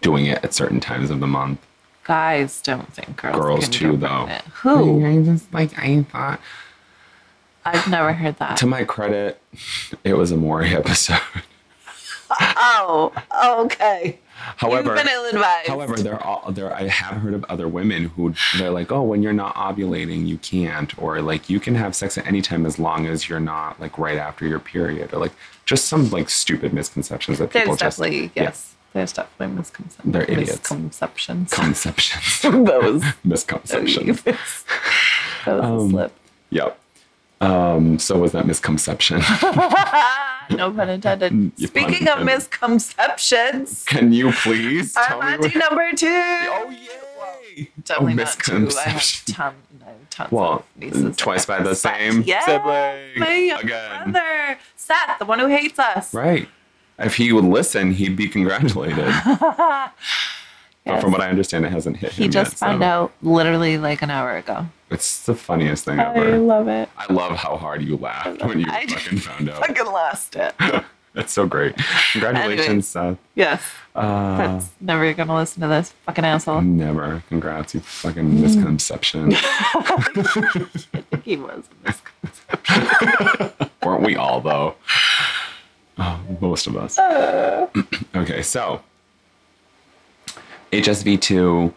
Speaker 4: doing it at certain times of the month.
Speaker 3: Guys don't think girls.
Speaker 4: Girls
Speaker 3: can
Speaker 4: too,
Speaker 3: get
Speaker 4: though. Mm-hmm.
Speaker 3: pregnant.
Speaker 4: Oh.
Speaker 3: Who?
Speaker 4: I just like I thought.
Speaker 3: I've never heard that.
Speaker 4: To my credit, it was a Maury episode.
Speaker 3: Oh, okay.
Speaker 4: However,
Speaker 3: You've been ill-advised.
Speaker 4: However, there are there I have heard of other women who they're like, oh, when you're not ovulating, you can't, or like you can have sex at any time as long as you're not like right after your period, or like just some like stupid misconceptions that people
Speaker 3: There's
Speaker 4: just
Speaker 3: definitely
Speaker 4: yeah,
Speaker 3: yes. There's definitely misconceptions.
Speaker 4: They're idiots.
Speaker 3: Misconceptions.
Speaker 4: conceptions,
Speaker 3: those.
Speaker 4: misconceptions.
Speaker 3: Those a slip.
Speaker 4: Yep. Um, so was that misconception?
Speaker 3: Ah, No pun intended.
Speaker 4: you
Speaker 3: Speaking
Speaker 4: pun
Speaker 3: of
Speaker 4: intended.
Speaker 3: misconceptions,
Speaker 4: can you please tell me?
Speaker 3: Armati
Speaker 4: What,
Speaker 3: number two.
Speaker 4: oh yay!
Speaker 3: Definitely not two. I have
Speaker 4: oh, misconception.
Speaker 3: ton, I have tons
Speaker 4: Well, mm,
Speaker 3: of nieces.
Speaker 4: twice by the same
Speaker 3: Yeah,
Speaker 4: sibling
Speaker 3: my
Speaker 4: again.
Speaker 3: brother Seth, the one who hates us.
Speaker 4: Right. If he would listen, he'd be congratulated. But
Speaker 3: Yes.
Speaker 4: from what I understand, it hasn't hit him.
Speaker 3: He just
Speaker 4: yet,
Speaker 3: found
Speaker 4: so
Speaker 3: out literally like an hour ago.
Speaker 4: It's the funniest thing
Speaker 3: I
Speaker 4: ever.
Speaker 3: love it.
Speaker 4: I love how hard you laughed when you
Speaker 3: I-
Speaker 4: fucking found out.
Speaker 3: Fucking lost it.
Speaker 4: That's so great. Congratulations, Seth.
Speaker 3: Yes.
Speaker 4: Uh,
Speaker 3: That's never gonna listen to this fucking asshole.
Speaker 4: never. Congrats, you fucking misconception.
Speaker 3: he was.
Speaker 4: Weren't we all, though? Oh, most of us. okay, so HSV2,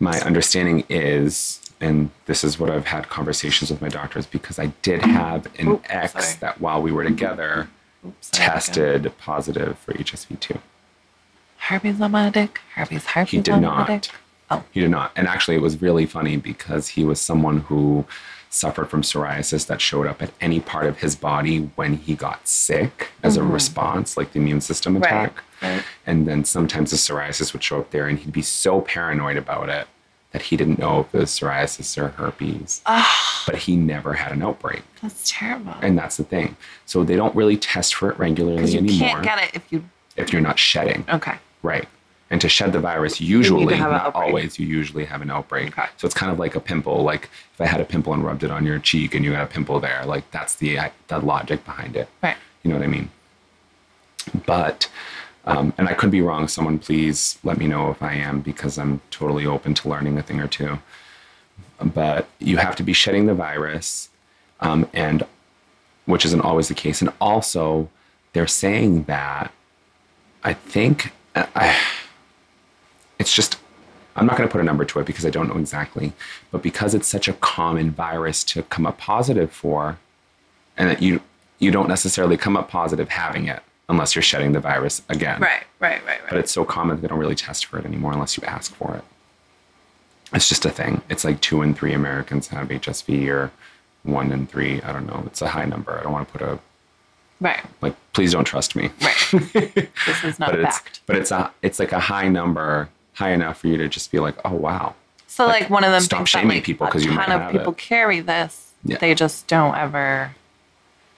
Speaker 4: my understanding is, and this is what I've had conversations with my doctors because I did have an
Speaker 3: Oh,
Speaker 4: ex
Speaker 3: sorry.
Speaker 4: that while we were together
Speaker 3: Oops, sorry, again.
Speaker 4: tested positive for HSV2.
Speaker 3: Harvey's on my dick. Harvey's Harvey's
Speaker 4: He did
Speaker 3: on my
Speaker 4: not.
Speaker 3: dick. Oh,
Speaker 4: He did not. And actually, it was really funny because he was someone who suffered from psoriasis that showed up at any part of his body when he got sick as a response, like the immune system attack.
Speaker 3: Mm-hmm. right.
Speaker 4: And then sometimes the psoriasis would show up there, and he'd be so paranoid about it that he didn't know if it was psoriasis or herpes.
Speaker 3: Ah.
Speaker 4: But he never had an outbreak.
Speaker 3: that's terrible.
Speaker 4: And that's the thing. So they don't really test for it regularly
Speaker 3: 'Cause you
Speaker 4: anymore
Speaker 3: can't get it if you.
Speaker 4: if you're not shedding.
Speaker 3: Okay.
Speaker 4: Right. And to shed the virus, usually,
Speaker 3: have an
Speaker 4: not
Speaker 3: outbreak.
Speaker 4: always, you usually have an outbreak.
Speaker 3: Okay.
Speaker 4: So it's kind of like a pimple. Like if I had a pimple and rubbed it on your cheek and you got a pimple there, like that's the, the logic behind it.
Speaker 3: Right.
Speaker 4: You know what I mean? But, um, and I could be wrong. Someone please let me know if I am because I'm totally open to learning a thing or two. But you have to be shedding the virus, um, and which isn't always the case. And also, they're saying that I think I, I- it's just I'm not going to put a number to it because I don't know exactly, but because it's such a common virus to come up positive for, and that you you don't necessarily come up positive having it unless you're shedding the virus again.
Speaker 3: Right. Right. Right.
Speaker 4: But it's so common they don't really test for it anymore unless you ask for it. It's just a thing. It's like two in three Americans have HSV or one in three. I don't know. It's a high number. I don't want to put a
Speaker 3: Right.
Speaker 4: like. Please don't trust me
Speaker 3: Right. this is not
Speaker 4: but
Speaker 3: a
Speaker 4: it's
Speaker 3: fact.
Speaker 4: but it's a it's like a high number, high enough for you to just be like, oh wow,
Speaker 3: So like, one of them
Speaker 4: stop
Speaker 3: thinks that,
Speaker 4: shaming
Speaker 3: like,
Speaker 4: people
Speaker 3: a
Speaker 4: 'cause you might
Speaker 3: ton of
Speaker 4: have
Speaker 3: people
Speaker 4: it.
Speaker 3: carry this.
Speaker 4: Yeah.
Speaker 3: They just don't ever.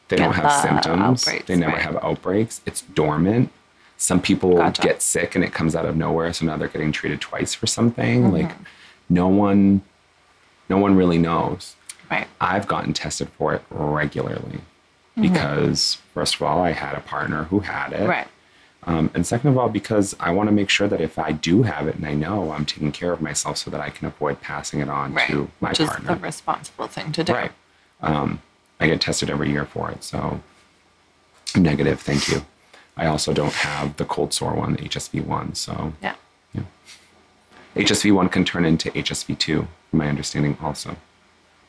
Speaker 4: they don't
Speaker 3: Get
Speaker 4: have
Speaker 3: the
Speaker 4: symptoms,
Speaker 3: outbreaks,
Speaker 4: they never
Speaker 3: right.
Speaker 4: have outbreaks. It's dormant. Some people
Speaker 3: Gotcha.
Speaker 4: get sick and it comes out of nowhere, so now they're getting treated twice for something.
Speaker 3: Mm-hmm.
Speaker 4: Like no one, no one really knows.
Speaker 3: Right.
Speaker 4: I've gotten tested for it regularly because first of all, I had a partner who had it.
Speaker 3: Mm-hmm. Right.
Speaker 4: Um, and second of all, because I want to make sure that if I do have it and I know, I'm taking care of myself so that I can avoid passing it on to my
Speaker 3: Which
Speaker 4: partner.
Speaker 3: is the responsible thing to do.
Speaker 4: Right. Um, I get tested every year for it. So negative, thank you. I also don't have the cold sore one, the HSV one. So
Speaker 3: Yeah.
Speaker 4: HSV one can turn into HSV two, from my understanding also.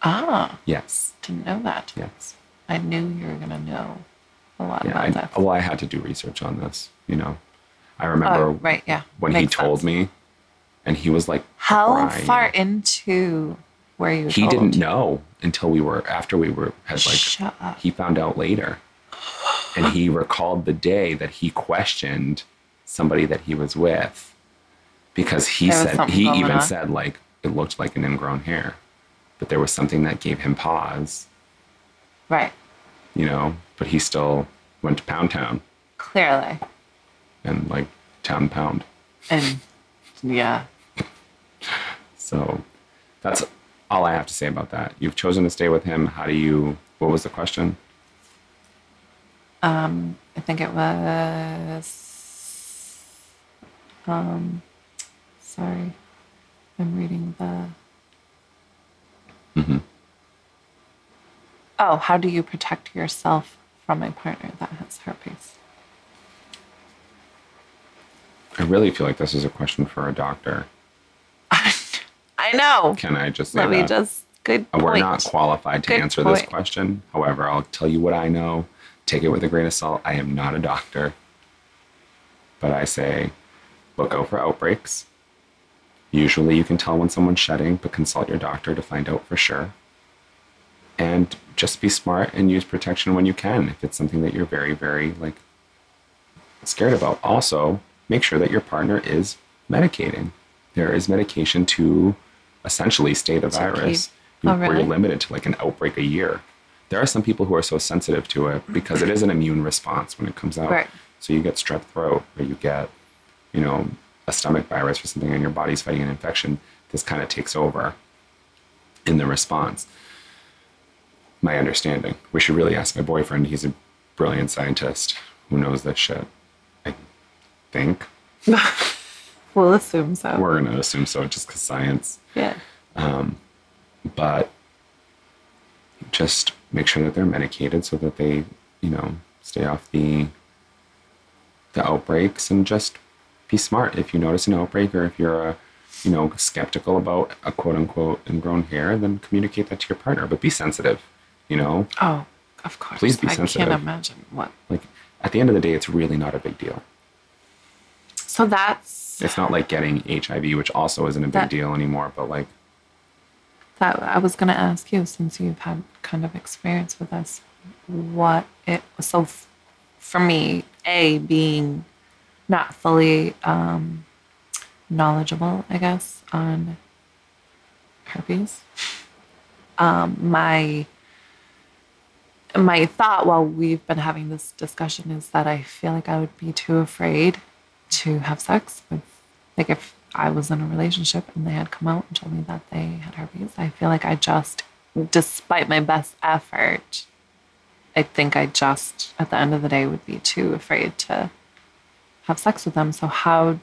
Speaker 3: Ah,
Speaker 4: Yes.
Speaker 3: didn't know that.
Speaker 4: Yes.
Speaker 3: I knew you were gonna know a lot
Speaker 4: Yeah.
Speaker 3: about
Speaker 4: I,
Speaker 3: that.
Speaker 4: well, I had to do research on this, you know. I remember
Speaker 3: Oh, right. Yeah.
Speaker 4: when he
Speaker 3: Makes
Speaker 4: told
Speaker 3: sense.
Speaker 4: me and he was like,
Speaker 3: How
Speaker 4: crying.
Speaker 3: far into were you?
Speaker 4: He
Speaker 3: told?
Speaker 4: didn't know until we were after we were had like
Speaker 3: Shut up.
Speaker 4: he found out later. And he recalled the day that he questioned somebody that he was with because he
Speaker 3: There was
Speaker 4: said,
Speaker 3: something
Speaker 4: he
Speaker 3: going
Speaker 4: even
Speaker 3: on.
Speaker 4: said, like, it looked like an ingrown hair, but there was something that gave him pause,
Speaker 3: Right.
Speaker 4: you know, but he still went to Pound Town
Speaker 3: Clearly.
Speaker 4: and like Town Pound.
Speaker 3: And yeah.
Speaker 4: So that's all I have to say about that. You've chosen to stay with him. How do you, what was the question?
Speaker 3: Um, I think it was. Um, sorry, I'm reading the.
Speaker 4: Mhm.
Speaker 3: Oh, how do you protect yourself from a partner that has herpes?
Speaker 4: I really feel like this is a question for a doctor.
Speaker 3: I know.
Speaker 4: Can I just say
Speaker 3: Let
Speaker 4: that?
Speaker 3: me just. Good
Speaker 4: Uh,
Speaker 3: point.
Speaker 4: We're not qualified to
Speaker 3: Good
Speaker 4: answer this
Speaker 3: point.
Speaker 4: question. However, I'll tell you what I know. Take it with a grain of salt. I am not a doctor. But I say look out for outbreaks. Usually you can tell when someone's shedding, but consult your doctor to find out for sure. And just be smart and use protection when you can if it's something that you're very, very like scared about. Also, make sure that your partner is medicating. There is medication to essentially stay the
Speaker 3: keep- Oh,
Speaker 4: virus. You- Where
Speaker 3: really?
Speaker 4: you're limited to like an outbreak a year. There are some people who are so sensitive to it because it is an immune response when it comes out.
Speaker 3: Right.
Speaker 4: So you get strep throat or you get, you know, a stomach virus or something and your body's fighting an infection. This kind of takes over in the response. My understanding. We should really ask my boyfriend. He's a brilliant scientist who knows this shit. I think.
Speaker 3: We'll assume so.
Speaker 4: We're going to assume so just because science.
Speaker 3: yeah.
Speaker 4: But just make sure that they're medicated so that they, you know, stay off the the outbreaks and just be smart. If you notice an outbreak or if you're a you know, skeptical about a quote unquote ingrown hair, then communicate that to your partner. But be sensitive, you know?
Speaker 3: Oh, of course.
Speaker 4: Please be
Speaker 3: I
Speaker 4: sensitive.
Speaker 3: can't imagine what.
Speaker 4: Like at the end of the day, it's really not a big deal.
Speaker 3: So that's
Speaker 4: It's not like getting HIV, which also isn't a big
Speaker 3: That-
Speaker 4: deal anymore, but like
Speaker 3: that. I was going to ask you, since you've had kind of experience with this, what it so f- for me, a being not fully um, knowledgeable, I guess, on herpes. Um, my my thought while we've been having this discussion is that I feel like I would be too afraid to have sex with like if I was in a relationship and they had come out and told me that they had herpes, I feel like I just despite my best effort, I think I just at the end of the day would be too afraid to have sex with them. So how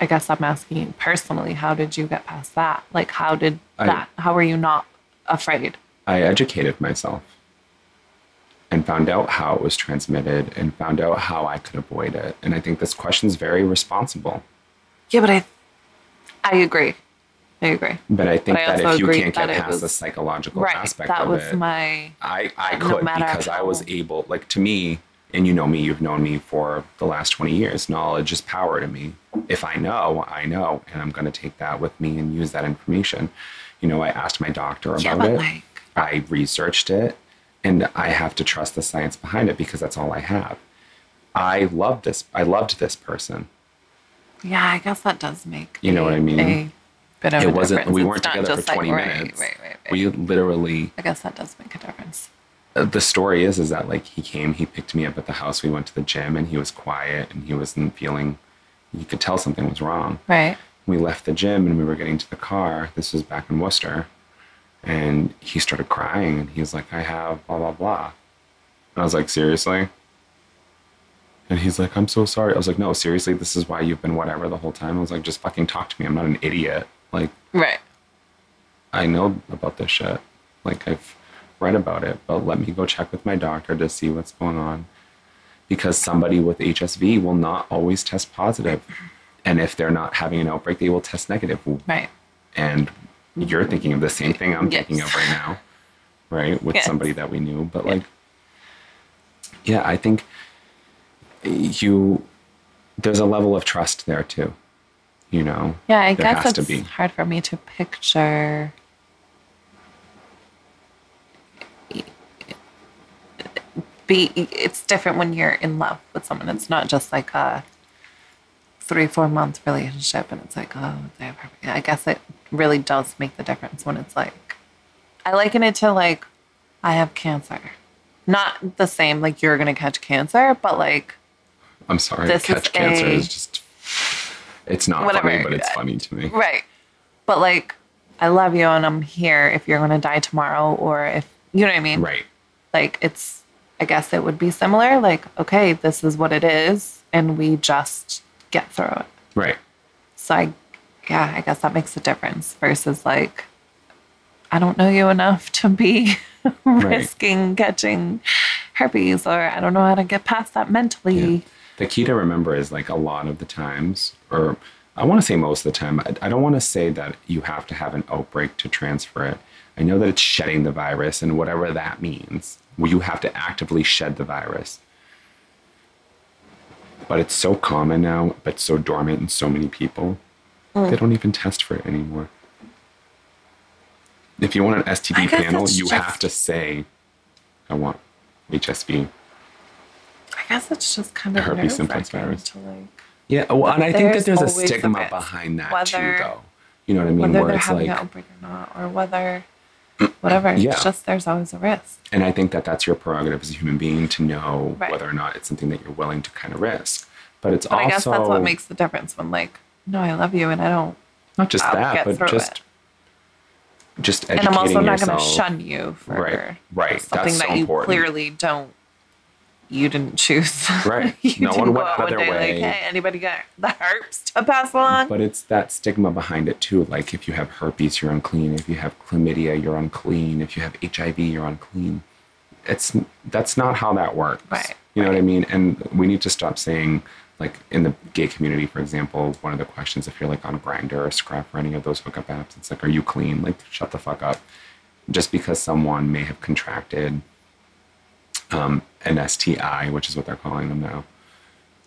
Speaker 3: I guess I'm asking you personally, how did you get past that? Like how did
Speaker 4: I-
Speaker 3: that how were you not afraid?
Speaker 4: I educated myself and found out how it was transmitted and found out how I could avoid it. And I think this question's very responsible.
Speaker 3: Yeah, but I I agree. I agree.
Speaker 4: But I think
Speaker 3: I
Speaker 4: that
Speaker 3: also
Speaker 4: if you
Speaker 3: agree
Speaker 4: can't get
Speaker 3: that it
Speaker 4: past
Speaker 3: was-
Speaker 4: the psychological
Speaker 3: Right.
Speaker 4: aspect
Speaker 3: That
Speaker 4: of
Speaker 3: was
Speaker 4: it,
Speaker 3: my
Speaker 4: I, I
Speaker 3: no
Speaker 4: could
Speaker 3: matter
Speaker 4: because I was
Speaker 3: how-
Speaker 4: able, like to me, and you know me, you've known me for the last 20 years. Knowledge is power to me. If I know, I know, and I'm going to take that with me and use that information. You know, I asked my doctor about
Speaker 3: Yeah, but
Speaker 4: it.
Speaker 3: like
Speaker 4: I researched it and I have to trust the science behind it because that's all I have. I love this. I loved this person.
Speaker 3: Yeah, I guess that does make
Speaker 4: You know what I
Speaker 3: a-
Speaker 4: mean?
Speaker 3: A bit of
Speaker 4: It
Speaker 3: a
Speaker 4: wasn't,
Speaker 3: difference.
Speaker 4: we
Speaker 3: It's
Speaker 4: weren't
Speaker 3: not
Speaker 4: together for
Speaker 3: just like,
Speaker 4: 20
Speaker 3: right,
Speaker 4: minutes.
Speaker 3: Right, right, right.
Speaker 4: We literally,
Speaker 3: I guess that does make a difference.
Speaker 4: uh, the story is, is that like he came, he picked me up at the house. We went to the gym and he was quiet and he wasn't feeling, you could tell something was wrong.
Speaker 3: Right.
Speaker 4: we left the gym and we were getting to the car. This was back in Worcester. And he started crying and he was like, I have blah, blah, blah. I was like, seriously? And he's like, I'm so sorry. I was like, no, seriously, this is why you've been whatever the whole time. I was like, just fucking talk to me. I'm not an idiot. Like,
Speaker 3: Right.
Speaker 4: I know about this shit. Like, I've read about it, but let me go check with my doctor to see what's going on. Because somebody with HSV will not always test positive. And if they're not having an outbreak, they will test negative.
Speaker 3: Right.
Speaker 4: And you're thinking of the same thing I'm
Speaker 3: Yes.
Speaker 4: thinking of right now, right? With
Speaker 3: Yes.
Speaker 4: somebody that we knew. But, like, yeah, I think you, there's a level of trust there too, you know?
Speaker 3: Yeah, I
Speaker 4: There
Speaker 3: guess
Speaker 4: has to
Speaker 3: it's
Speaker 4: be.
Speaker 3: hard for me to picture be it's different when you're in love with someone. It's not just like a three, four month relationship and it's like, oh, they're perfect. I guess it really does make the difference when it's like I liken it to like I have cancer. Not the same like you're gonna catch cancer, but like
Speaker 4: I'm sorry,
Speaker 3: This
Speaker 4: catch
Speaker 3: is
Speaker 4: cancer
Speaker 3: a-
Speaker 4: is just. It's not
Speaker 3: Whatever.
Speaker 4: funny, but it's funny to me.
Speaker 3: Right. But like, I love you and I'm here if you're going to die tomorrow or if, you know what I mean?
Speaker 4: Right.
Speaker 3: Like, it's, I guess it would be similar. Like, okay, this is what it is and we just get through it.
Speaker 4: Right.
Speaker 3: So I, yeah, I guess that makes a difference versus like, I don't know you enough to be risking catching herpes or I don't know how to get past that mentally.
Speaker 4: Yeah. The key to remember is like a lot of the times, or I want to say most of the time, I, I don't want to say that you have to have an outbreak to transfer it. I know that it's shedding the virus and whatever that means, where you have to actively shed the virus. But it's so common now, but so dormant in so many people,
Speaker 3: Mm.
Speaker 4: they don't even test for it anymore. If you want an
Speaker 3: I
Speaker 4: STD
Speaker 3: guess
Speaker 4: panel,
Speaker 3: it's
Speaker 4: you
Speaker 3: just-
Speaker 4: have to say, I want HSV.
Speaker 3: I guess it's just kind of
Speaker 4: Herpes simplex
Speaker 3: nerve-wracking
Speaker 4: virus.
Speaker 3: to like
Speaker 4: Yeah, well, and I think that
Speaker 3: There's
Speaker 4: there's a
Speaker 3: always a
Speaker 4: stigma
Speaker 3: risk,
Speaker 4: behind that
Speaker 3: whether-
Speaker 4: too, though. You know what I mean?
Speaker 3: whether
Speaker 4: Where
Speaker 3: they're
Speaker 4: it's
Speaker 3: having
Speaker 4: like,
Speaker 3: an outbreak or not, or whether whatever.
Speaker 4: Yeah.
Speaker 3: It's just there's always a risk.
Speaker 4: and I think that that's your prerogative as a human being to know
Speaker 3: Right.
Speaker 4: whether or not it's something that you're willing to kind of risk. But it's
Speaker 3: But
Speaker 4: also
Speaker 3: I guess that's what makes the difference when like, no, I love you and I don't,
Speaker 4: not just
Speaker 3: I'll
Speaker 4: that,
Speaker 3: get
Speaker 4: but
Speaker 3: through
Speaker 4: just
Speaker 3: it.
Speaker 4: just
Speaker 3: and
Speaker 4: educating
Speaker 3: I'm also not going to
Speaker 4: yourself.
Speaker 3: shun you for
Speaker 4: Right, right. That's
Speaker 3: something
Speaker 4: so
Speaker 3: that you
Speaker 4: important.
Speaker 3: clearly don't. You didn't choose.
Speaker 4: Right.
Speaker 3: you
Speaker 4: No one
Speaker 3: didn't go
Speaker 4: went out of
Speaker 3: one
Speaker 4: their
Speaker 3: day
Speaker 4: way.
Speaker 3: Like, hey, anybody got the herpes to pass along?
Speaker 4: But it's that stigma behind it too. Like if you have herpes, you're unclean. If you have chlamydia, you're unclean. If you have HIV, you're unclean. It's that's not how that works.
Speaker 3: Right,
Speaker 4: You know what I mean? And we need to stop saying like in the gay community, for example, one of the questions if you're like on Grinder or Scrap or any of those hookup apps, it's like, are you clean? Like shut the fuck up. Just because someone may have contracted um, an STI, which is what they're calling them now,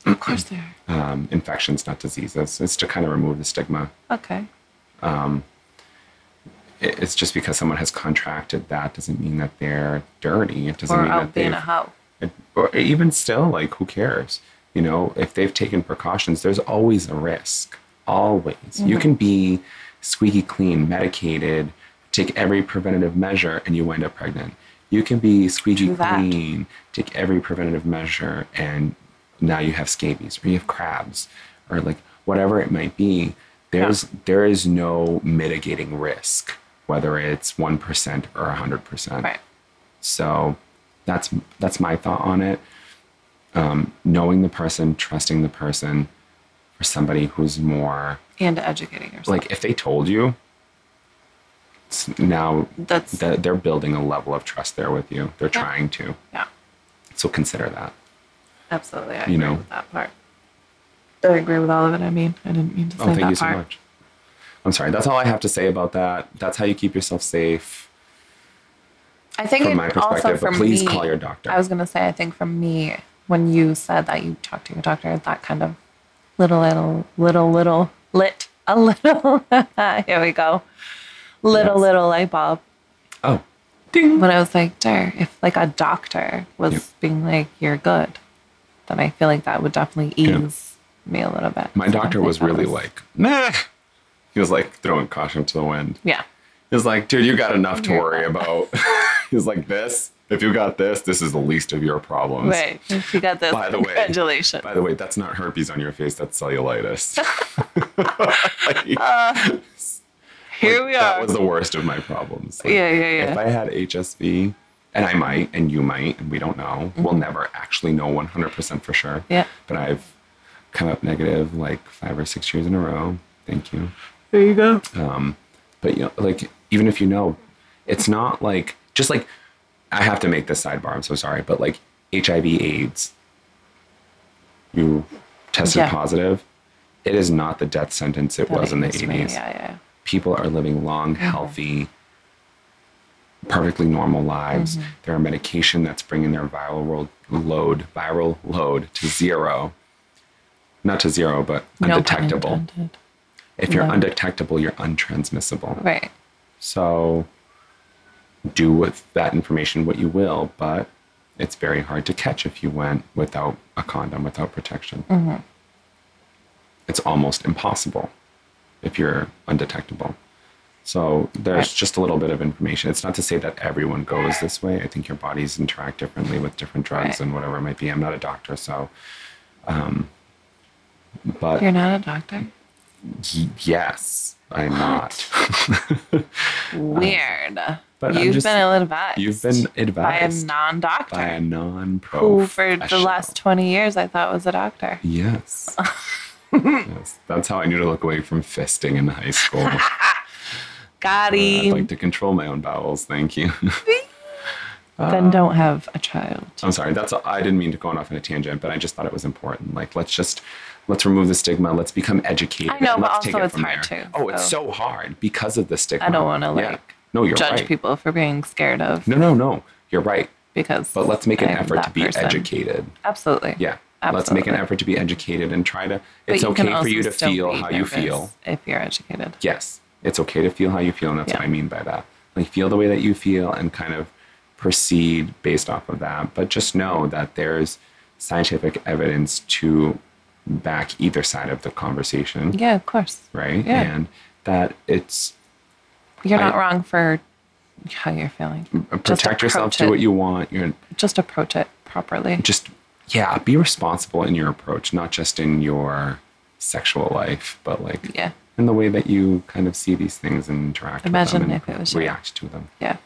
Speaker 3: of course they are.
Speaker 4: um, infections, not diseases. It's to kind of remove the stigma
Speaker 3: Okay.
Speaker 4: it- it's just because someone has contracted that doesn't mean that they're dirty. It doesn't
Speaker 3: Or
Speaker 4: mean
Speaker 3: I'll
Speaker 4: that
Speaker 3: be in a
Speaker 4: they've,
Speaker 3: hoe.
Speaker 4: it- or even still, like who cares? You know, if they've taken precautions, there's always a risk. Always,
Speaker 3: Mm-hmm.
Speaker 4: you can be squeaky clean, medicated, take every preventative measure, and you end up pregnant. You can be squeaky
Speaker 3: True that.
Speaker 4: clean, take every preventative measure, and now you have scabies, or you have crabs, or like whatever it might be. There's there is no mitigating risk, whether it's one percent or hundred percent.
Speaker 3: Right.
Speaker 4: So that's that's my thought on it. Um, knowing the person, trusting the person, or somebody who's more
Speaker 3: And educating yourself.
Speaker 4: like if they told you, it's now
Speaker 3: that's
Speaker 4: that they're building a level of trust there with you. They're trying to,
Speaker 3: yeah.
Speaker 4: so consider that.
Speaker 3: Absolutely. I
Speaker 4: You
Speaker 3: agree
Speaker 4: know.
Speaker 3: with that part. I agree with all of it. I mean, I didn't mean to say
Speaker 4: Oh, thank
Speaker 3: that
Speaker 4: you so
Speaker 3: part.
Speaker 4: much. I'm sorry. That's all I have to say about that. That's how you keep yourself safe.
Speaker 3: I think
Speaker 4: from
Speaker 3: it
Speaker 4: my
Speaker 3: also
Speaker 4: perspective,
Speaker 3: for
Speaker 4: but please
Speaker 3: me,
Speaker 4: call your doctor.
Speaker 3: I was going to say, I think for me, when you said that you talked to your doctor, that kind of little, little, little, little, lit a little, here we go, little,
Speaker 4: Yes.
Speaker 3: little light bulb.
Speaker 4: Oh,
Speaker 3: But I was like, "Dar, if like a doctor was
Speaker 4: Yep.
Speaker 3: being like, you're good, then I feel like that would definitely
Speaker 4: Yeah.
Speaker 3: ease me a little bit.
Speaker 4: my
Speaker 3: So I
Speaker 4: doctor
Speaker 3: think
Speaker 4: was
Speaker 3: that
Speaker 4: really like, nah. He was like throwing caution to the wind.
Speaker 3: yeah.
Speaker 4: He's like, dude, you got enough to
Speaker 3: Yeah.
Speaker 4: worry about. He's like, this, if you got this, this is the least of your problems.
Speaker 3: Right. If you got this,
Speaker 4: By the way-
Speaker 3: congratulations.
Speaker 4: By the way, that's not herpes on your face, that's cellulitis. Like,
Speaker 3: Here we
Speaker 4: That
Speaker 3: are.
Speaker 4: was the worst of my problems. Like,
Speaker 3: yeah, yeah, yeah.
Speaker 4: If I had HSV and I might, and you might, and we don't know. We'll never actually know 100% for sure.
Speaker 3: Mm-hmm. Yeah.
Speaker 4: But I've come up negative like five or six years in a row. Thank you.
Speaker 2: There you go.
Speaker 4: But you know, like even if you know, it's not like just like I have to make this sidebar. I'm so sorry, but like HIV/AIDS, you tested
Speaker 3: Yeah.
Speaker 4: positive. It is not the death sentence it
Speaker 3: That
Speaker 4: was in the
Speaker 3: used to be-
Speaker 4: 80s.
Speaker 3: Yeah, yeah.
Speaker 4: People are living long, healthy, perfectly normal lives.
Speaker 3: Mm-hmm.
Speaker 4: They're on medication that's bringing their viral world load, viral load to zero. Not to zero, but
Speaker 3: No pun
Speaker 4: undetectable.
Speaker 3: intended.
Speaker 4: If you're
Speaker 3: No.
Speaker 4: undetectable, you're untransmissible.
Speaker 3: Right.
Speaker 4: So do with that information what you will, but it's very hard to catch if you went without a condom, without protection.
Speaker 3: Mm-hmm.
Speaker 4: It's almost impossible if you're undetectable. So there's
Speaker 3: Right.
Speaker 4: just a little bit of information. It's not to say that everyone goes this way. I think your bodies interact differently with different drugs
Speaker 3: Right.
Speaker 4: and whatever it might be. I'm not a doctor, so um, but
Speaker 3: You're not a doctor?
Speaker 4: y- yes, I'm not.
Speaker 3: Weird.
Speaker 4: Uh, but I'm
Speaker 3: you've
Speaker 4: just-
Speaker 3: been ill advised.
Speaker 4: You've been
Speaker 3: by a
Speaker 4: advised.
Speaker 3: non
Speaker 4: by a
Speaker 3: doctor
Speaker 4: non pro
Speaker 3: who, for the last 20 years, I thought was a doctor.
Speaker 4: yes. yes that's how i knew to look away from fisting in high school Uh,
Speaker 3: Got
Speaker 4: i'd
Speaker 3: him.
Speaker 4: like to control my own bowels thank you uh,
Speaker 3: then don't have a child.
Speaker 4: i'm sorry that's i didn't mean to go on off on a tangent but i just thought it was important like let's just let's remove the stigma let's become educated
Speaker 3: I know,
Speaker 4: and
Speaker 3: but
Speaker 4: let's take
Speaker 3: also
Speaker 4: it
Speaker 3: it's
Speaker 4: from
Speaker 3: hard
Speaker 4: there.
Speaker 3: to,
Speaker 4: oh it's
Speaker 3: so-
Speaker 4: so hard because of the stigma
Speaker 3: I don't want to like
Speaker 4: Yeah. no you're
Speaker 3: judge
Speaker 4: right.
Speaker 3: people for being scared of
Speaker 4: no no no you're right
Speaker 3: because.
Speaker 4: but let's make an
Speaker 3: I'm
Speaker 4: effort to
Speaker 3: that
Speaker 4: be
Speaker 3: person.
Speaker 4: educated
Speaker 3: Absolutely.
Speaker 4: yeah let's make an
Speaker 3: Absolutely.
Speaker 4: effort to be educated and try to
Speaker 3: But
Speaker 4: it's
Speaker 3: you can
Speaker 4: okay for
Speaker 3: also
Speaker 4: you to
Speaker 3: still
Speaker 4: feel
Speaker 3: be
Speaker 4: how you
Speaker 3: nervous
Speaker 4: feel
Speaker 3: if you're educated.
Speaker 4: yes, it's okay to feel how you feel, and that's what
Speaker 3: Yeah.
Speaker 4: I mean by that. Like feel the way that you feel and kind of proceed based off of that. But just know that there's scientific evidence to back either side of the conversation.
Speaker 3: Yeah, of course.
Speaker 4: Right?
Speaker 3: Yeah.
Speaker 4: And that it's
Speaker 3: You're not
Speaker 4: I-
Speaker 3: wrong for how you're feeling. Just
Speaker 4: uh, protect yourself,
Speaker 3: approach
Speaker 4: do
Speaker 3: it-
Speaker 4: what you want. You're
Speaker 3: Just approach it properly.
Speaker 4: just yeah, be responsible in your approach, not just in your sexual life, but like
Speaker 3: Yeah.
Speaker 4: in the way that you kind of see these things and interact
Speaker 3: Imagine
Speaker 4: with them
Speaker 3: if
Speaker 4: and
Speaker 3: it was you.
Speaker 4: react to them.
Speaker 3: Yeah.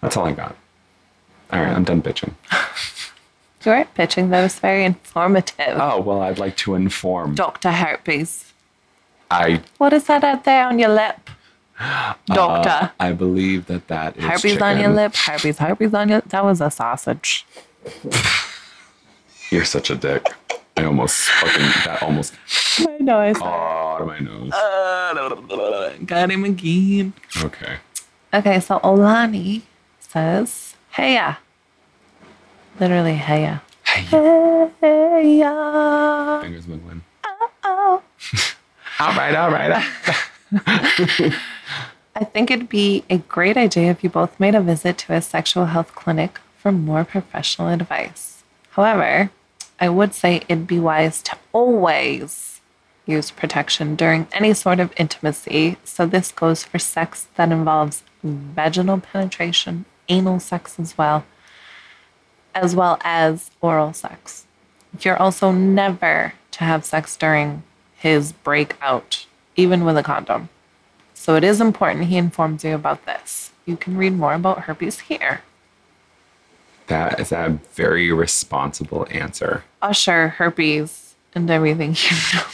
Speaker 4: That's all I got. All right, I'm done bitching.
Speaker 3: You weren't pitching. That was very informative.
Speaker 4: Oh, well, I'd like to inform.
Speaker 3: Dr. Herpes.
Speaker 4: I
Speaker 3: What is that out there on your lip? Doctor.
Speaker 4: I believe that that is
Speaker 3: herpes on your
Speaker 4: Uh, chicken.
Speaker 3: lip. Herpes, herpes on your That was a sausage.
Speaker 4: You're such a dick. I almost fucking that almost
Speaker 3: I know. I saw
Speaker 4: out of my nose.
Speaker 3: it. Uh, Got him again.
Speaker 4: Okay.
Speaker 3: Okay, so Olani says, Heya. Literally, heya. Heya.
Speaker 4: Fingers wiggling. all right, all right.
Speaker 3: I think it'd be a great idea if you both made a visit to a sexual health clinic for more professional advice. However, I would say it'd be wise to always use protection during any sort of intimacy. So this goes for sex that involves vaginal penetration, anal sex as well, as well as oral sex. You're also never to have sex during his breakout, even with a condom. So it is important he informs you about this. You can read more about herpes here.
Speaker 4: That is a very responsible answer.
Speaker 3: Usher, herpes, and everything you know.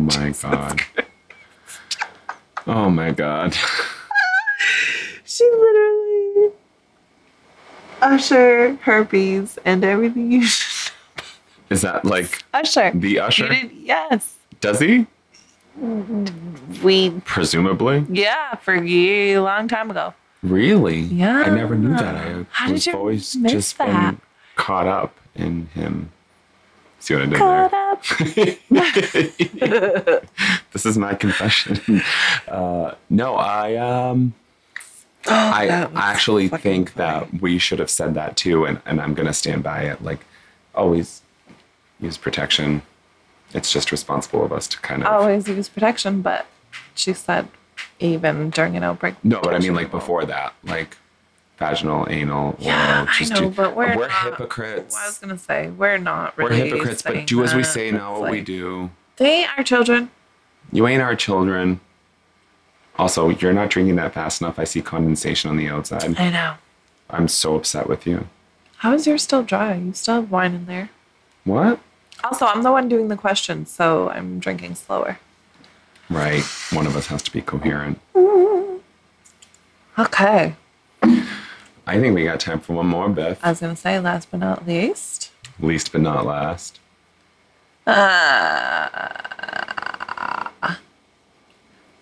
Speaker 4: my god. Oh my god.
Speaker 3: She literally. Usher, herpes, and everything you should
Speaker 4: Is that like
Speaker 3: know. Usher.
Speaker 4: the usher?
Speaker 3: You did, yes.
Speaker 4: Does he?
Speaker 3: We,
Speaker 4: Presumably.
Speaker 3: yeah, for a long time ago.
Speaker 4: Really?
Speaker 3: Yeah.
Speaker 4: I never knew that. I
Speaker 3: How did
Speaker 4: was
Speaker 3: you
Speaker 4: always
Speaker 3: miss
Speaker 4: just
Speaker 3: that?
Speaker 4: been caught up in him. See what I did
Speaker 3: Caught
Speaker 4: there?
Speaker 3: up.
Speaker 4: This is my confession. Uh, no, I um,
Speaker 3: Oh,
Speaker 4: I actually think that we should have said that too, and, and I'm gonna stand by it. Like, always use protection. It's just responsible of us to kind of.
Speaker 3: Always use protection, but she said even during an outbreak.
Speaker 4: No, but I mean like before that, like vaginal, anal,
Speaker 3: Yeah,
Speaker 4: oral.
Speaker 3: I
Speaker 4: Just
Speaker 3: know,
Speaker 4: do,
Speaker 3: but we're
Speaker 4: we're
Speaker 3: not-
Speaker 4: hypocrites.
Speaker 3: I was going to say, we're not
Speaker 4: We're
Speaker 3: really.
Speaker 4: hypocrites, but
Speaker 3: saying
Speaker 4: do as we
Speaker 3: that.
Speaker 4: say,
Speaker 3: It's
Speaker 4: not what we
Speaker 3: like,
Speaker 4: do.
Speaker 3: They are children.
Speaker 4: You ain't our children. Also, you're not drinking that fast enough. I see condensation on the outside.
Speaker 3: I know.
Speaker 4: I'm so upset with you.
Speaker 3: How is yours still dry? You still have wine in there.
Speaker 4: What?
Speaker 3: Also, I'm the one doing the questions, so I'm drinking slower.
Speaker 4: Right. One of us has to be coherent.
Speaker 3: Okay.
Speaker 4: I think we got time for one more, Beth.
Speaker 3: I was going to say, last but not least,
Speaker 4: Least but not last.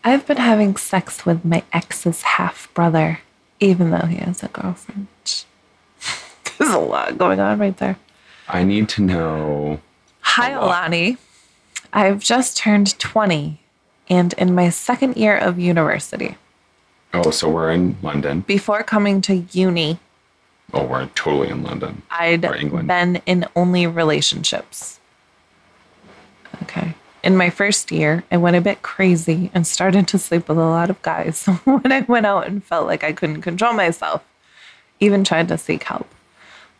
Speaker 3: I've been having sex with my ex's half brother, even though he has a girlfriend. There's a lot going on right there.
Speaker 4: I need to know.
Speaker 3: Hi, Alani. I've just turned 20 and in my second year of university.
Speaker 4: Oh, so we're in London.
Speaker 3: Before coming to uni,
Speaker 4: Oh, we're totally in London.
Speaker 3: I'd
Speaker 4: Or England.
Speaker 3: been in only relationships. Okay. In my first year, I went a bit crazy and started to sleep with a lot of guys when I went out and felt like I couldn't control myself, even tried to seek help.